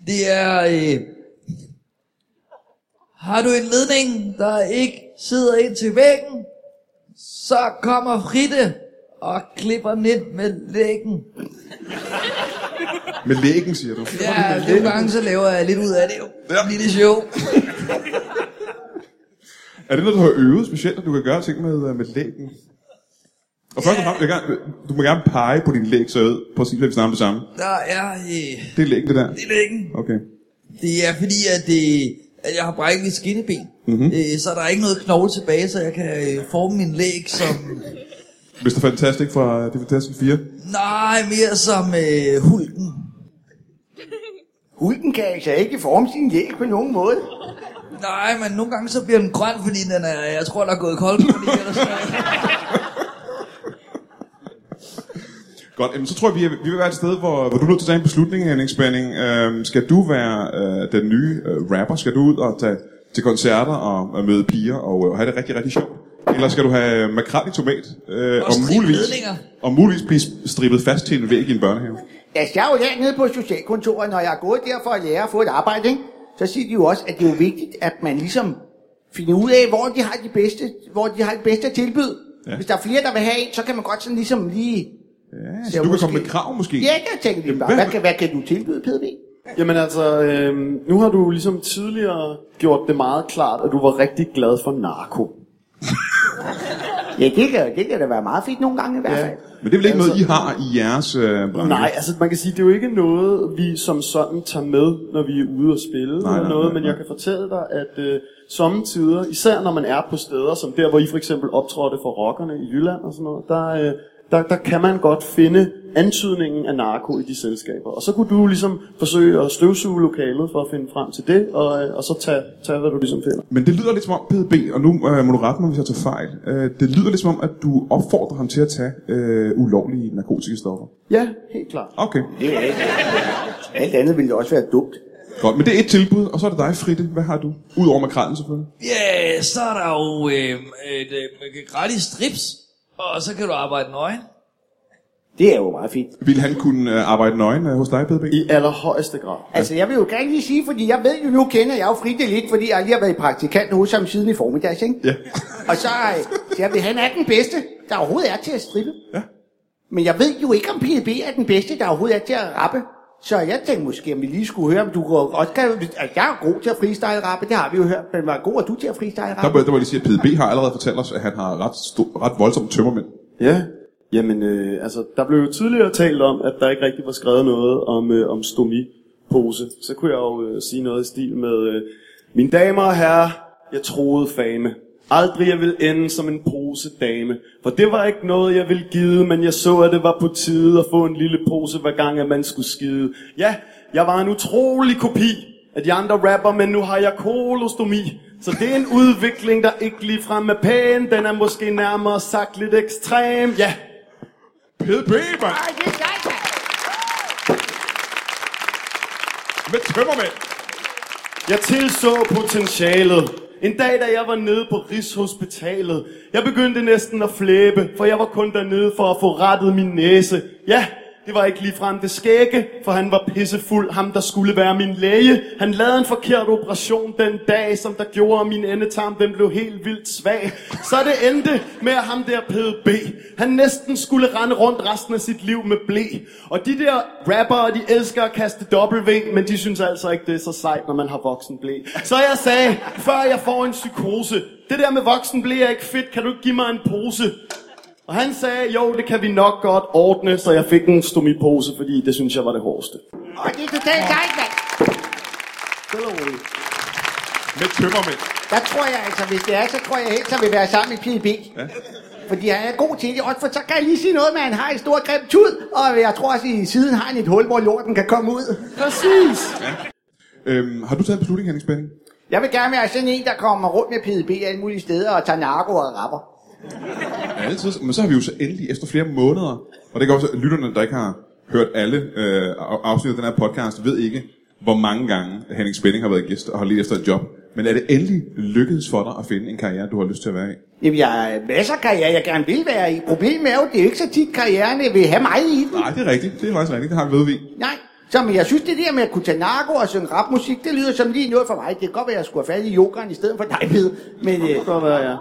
Det er... Øh, har du en ledning, der ikke sidder ind til væggen, så kommer Fritte og klipper den ind med læggen.
Med lægen, siger du.
Ja, nogle gange så laver jeg lidt ud af det jo. Det bliver det sjovt.
Er det noget, du har øvet specielt, at du kan gøre ting med, øh, med lægen? Og først og fremmest, jeg vil gerne, du må gerne pege på din læg, så jeg ved præcis, hvad vi snakker om det samme.
Der er... Øh,
Det er lægen, det der.
det er læggen.
Okay.
Det er fordi, at, øh, at jeg har brækket mit skinneben.
Mhm.
Mm-hmm. Øh, så der er ikke noget knogle tilbage, så jeg kan øh, forme min læg som...
Mr. Fantastic fra øh, det Fantastic 4.
Nej, mere som øh, hulken.
Hulken kan altså ikke forme sin læg på nogen måde.
Nej, men nogle gange så bliver den grøn, fordi den er, jeg tror, der er gået kold på den, eller sådan noget.
Godt, jamen, så tror jeg, vi, er, vi vil være et sted, hvor, hvor du er nødt til at tage en beslutning, Henning Spænding. Øhm, skal du være øh, den nye øh, rapper? Skal du ud og tage til koncerter og, og møde piger og øh, have det rigtig, rigtig sjovt? Eller skal du have makrel i tomat? Øh, og,
stribe
muligvis,
ledninger.
og muligvis blive strippet fast til en væg i en børnehave?
Altså, jeg er jo dernede på socialkontoret, når jeg er gået der for at lære at få et arbejde, ikke? så siger de jo også, at det er jo vigtigt, at man ligesom finder ud af, hvor de har de bedste, hvor de har det bedste at tilbyde.
Ja.
Ja. Hvis der er flere, der vil have en, så kan man godt sådan ligesom lige...
Ja, så
Ja,
du kan
måske.
komme med krav måske?
Ja, jeg tænker lige bare,
hvad-
hvad, kan, hvad kan du tilbyde, PDB?
Jamen altså, øh, nu har du ligesom tidligere gjort det meget klart, at du var rigtig glad for narko.
Ja, det kan, det kan da være meget fint nogle gange i hvert fald.
Men det er vel ikke
Altså-
noget, I har i jeres øh, branche?
Nej, altså man kan sige, det er jo ikke noget, vi som sådan tager med, når vi er ude og
Nej,
spille nej,
nej,
eller noget,
nej,
men
nej.
jeg kan fortælle dig, at øh, sommetider, især når man er på steder, som der, hvor I for eksempel optrådte for rockerne i Jylland og sådan noget, der, øh, der, der kan man godt finde antydningen af narko i de selskaber. Og så kunne du ligesom forsøge at støvsuge lokalet for at finde frem til det, og, øh, og så tage, tage, hvad du ligesom finder.
Men det lyder lidt som om PDB, og nu øh, må du rette mig, hvis jeg tager fejl. Øh, det lyder lidt som om, at du opfordrer ham til at tage øh, ulovlige narkotikastoffer.
Ja, helt klart.
Okay,
Det er ikke. Alt andet ville jo også være dumt.
godt. Men det er et tilbud, og så er det dig, Fritte. Hvad har du? Udover makrallen selvfølgelig.
Ja, yeah, så er der jo øh, et, øh, gratis strips, og så kan du arbejde nøgen.
Det er jo meget fint.
Vil han kunne øh, arbejde nøgen øh, hos dig, PDB?
I allerhøjeste grad.
Altså, jeg vil jo gerne lige sige, fordi jeg ved jo nu, kender jeg jo Fritte lidt, fordi jeg lige har været praktikant hos ham siden i formiddags, ikke?
Ja.
Og så, øh, så jeg vil, han er den bedste, der overhovedet er til at strippe.
Ja.
Men jeg ved jo ikke, om PDB er den bedste, der overhovedet er til at rappe. Så jeg tænkte måske, om vi lige skulle høre, om du går- også kan... Altså, jeg er god til at freestyle rappe, det har vi jo hørt. Men hvor god er du til at freestyle
Der
rappe?
må, der må jeg lige sige, at PDB har allerede fortalt os, at han har ret, sto- ret voldsomme tømmermænd.
Ja, jamen øh, altså, der blev jo tidligere talt om, at der ikke rigtig var skrevet noget om, øh, om stomipose. Så kunne jeg jo øh, sige noget i stil med, øh, mine damer og herrer, jeg troede fame. Aldrig jeg ville ende som en pose dame. For det var ikke noget, jeg ville give, men jeg så, at det var på tide at få en lille pose, hver gang at man skulle skide. Ja, jeg var en utrolig kopi af de andre rapper, men nu har jeg kolostomi. Så det er en udvikling, der ikke ligefrem er pæn. Den er måske nærmere sagt lidt ekstrem. Ja,
PDB, mand!
Ej, det er sejt, mand.
Med tømmermænd!
Jeg tilså potentialet. En dag, da jeg var nede på Rigshospitalet, jeg begyndte næsten at flæbe, for jeg var kun dernede for at få rettet min næse. Ja, det var ikke ligefrem det skægge, for han var pissefuld, ham der skulle være min læge. Han lavede en forkert operation den dag, som der gjorde, at min endetarm den blev helt vildt svag. Så det endte med, at ham der PDB, han næsten skulle rende rundt resten af sit liv med blæ. Og de der rappere, de elsker at kaste W, men de synes altså ikke, det er så sejt, når man har voksen blæ. Så jeg sagde, før jeg får en psykose, det der med voksen blæ er ikke fedt, kan du ikke give mig en pose? Og han sagde, jo, det kan vi nok godt ordne, så jeg fik en stomipose, fordi det synes jeg var det hårdeste.
Åh, det er totalt sejt, mand.
Stille og roligt.
Med tømmermænd.
Der tror jeg altså, hvis det er, så tror jeg helt, så vil være sammen i PB. Ja. Fordi han er god til det, også for så kan jeg lige sige noget med, at han har en stor grim tud, og jeg tror også, i siden har han et hul, hvor lorten kan komme ud.
Præcis.
Øhm, har du taget en beslutning, Henning Spænding?
Jeg vil gerne være sådan en, der kommer rundt med PDB alle mulige steder og tager narko og rapper.
Altid. Men så har vi jo så endelig, efter flere måneder, og det kan også at lytterne, der ikke har hørt alle øh, af- afsnit af den her podcast, ved ikke, hvor mange gange Henning Spænding har været gæst og har lidt efter et job. Men er det endelig lykkedes for dig at finde en karriere, du har lyst til at være i?
Jamen, jeg har masser af karriere, jeg gerne vil være i. Problemet er jo, det er jo ikke så tit, karrieren vil have mig i den.
Nej, det er rigtigt. Det er faktisk rigtigt. Det har vi ved vi.
Nej, så men jeg synes, det der med at kunne tage narko og synge rapmusik, det lyder som lige noget for mig. Det kan godt være, at jeg skulle have fat i yogaen i stedet for dig, Pede. Men, øh,
Så var jeg.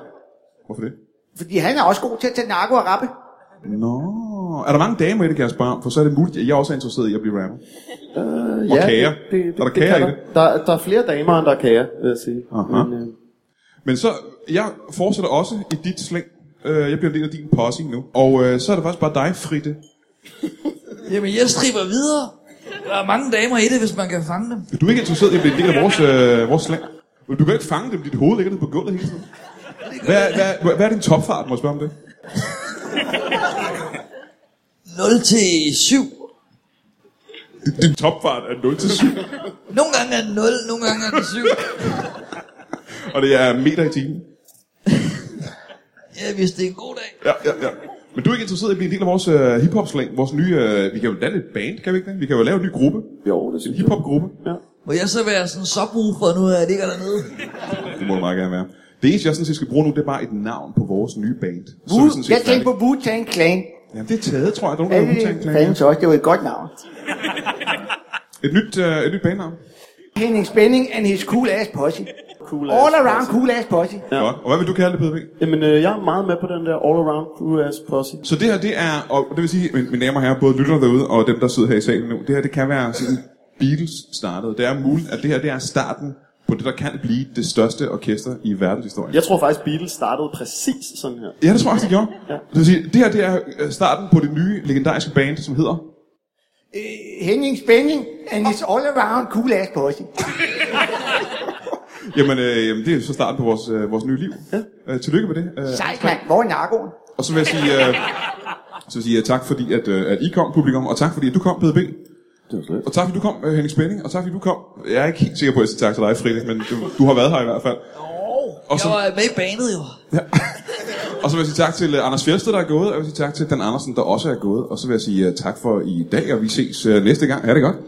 Hvorfor det?
fordi han er også god til at tage narko og rappe.
Nå, er der mange damer i det, kan jeg spørge om? For så er det muligt, at jeg også er interesseret i at blive rapper.
Øh,
Og kager. Er der kager i
kan
det?
Der, der, der er flere damer, end der er kager, vil jeg sige.
Aha.
Men, øh,
Men så, jeg fortsætter også i dit slæng. Øh, jeg bliver en del af din posse nu. Og øh, så er det faktisk bare dig, Fritte.
Jamen, jeg striber videre. Der er mange damer i det, hvis man kan fange dem.
Du er ikke interesseret i at blive en del af vores, øh, vores slæng. Du kan ikke fange dem, dit hoved ligger nede på gulvet hele tiden. Hvad, hvad, hvad, hvad er din topfart, må jeg spørge om det?
0 til 7.
Din- Din topfart er 0 til 7,
Nogle gange er den 0, nogle gange er den 7.
og det er meter i timen.
Ja, hvis det er en god dag.
Ja, ja, ja. Men du er ikke interesseret i at blive en del af vores øh, hiphop-slæng, vores nye... Øh, vi kan jo danne et band, kan vi ikke det? Vi kan jo lave en ny gruppe,
jo, det
en
synes jeg.
hiphop-gruppe.
Må jeg så være sådan en subwoofer nu, at jeg ligger dernede?
Det må du meget gerne være. Det eneste, jeg sådan set skal bruge nu, det er bare et navn på vores nye band. Så er vi sådan
Wu-
set
jeg tænkte på
færdige.
Wu-Tang Clan.
Jamen, det er taget, tror jeg. Der er
Ja,
nogen, der har
det
udtænkt Clan.
fandens også, det var et godt navn.
Et nyt, øh, et nyt bandnavn.
Henning Spænding and his cool ass posse.
Cool
All
ass
around
posse.
cool ass posse.
Ja. Godt. Og hvad vil du kalde det, PDB?
Jamen, øh, jeg er meget med på den der all-around crew-ass posse.
Så det her, det er... Og det vil sige, mine, mine damer og herrer, både lytter derude og dem, der sidder her i salen nu. Det her, det kan være sådan, Beatles startede. Det er muligt, at det her, det er starten på det, der kan blive det største orkester i verdenshistorien.
Jeg tror faktisk, Beatles startede præcis sådan her.
Ja, det tror jeg også, det gjorde. Ja. Det, vil sige, det her, det er øh, starten på det nye legendariske band, som hedder...
Øh, Henning Spænding and his all around cool ass posse.
Jamen, øh, jamen det er så starten på vores, øh, vores nye liv. Ja. Øh, tillykke med det. Øh,
Sejt mand, hvor er narkoen?
Og så vil jeg sige, øh, så vil jeg sige øh, tak fordi, at, øh, at I kom, publikum, og tak fordi, at du kom, PDB. Og tak fordi du kom, øh, Henning Spænding, og tak fordi du kom. Jeg er ikke helt sikker på, at jeg siger tak til dig, Frederik, men du, du har været her i hvert fald. Og så,
Jeg var med i banet jo.
og så vil jeg sige tak til øh, Anders Fjeldsted, der er gået, og jeg vil sige tak til Dan Andersen, der også er gået. Og så vil jeg sige øh, tak for i dag, og vi ses øh, næste gang. Er det godt?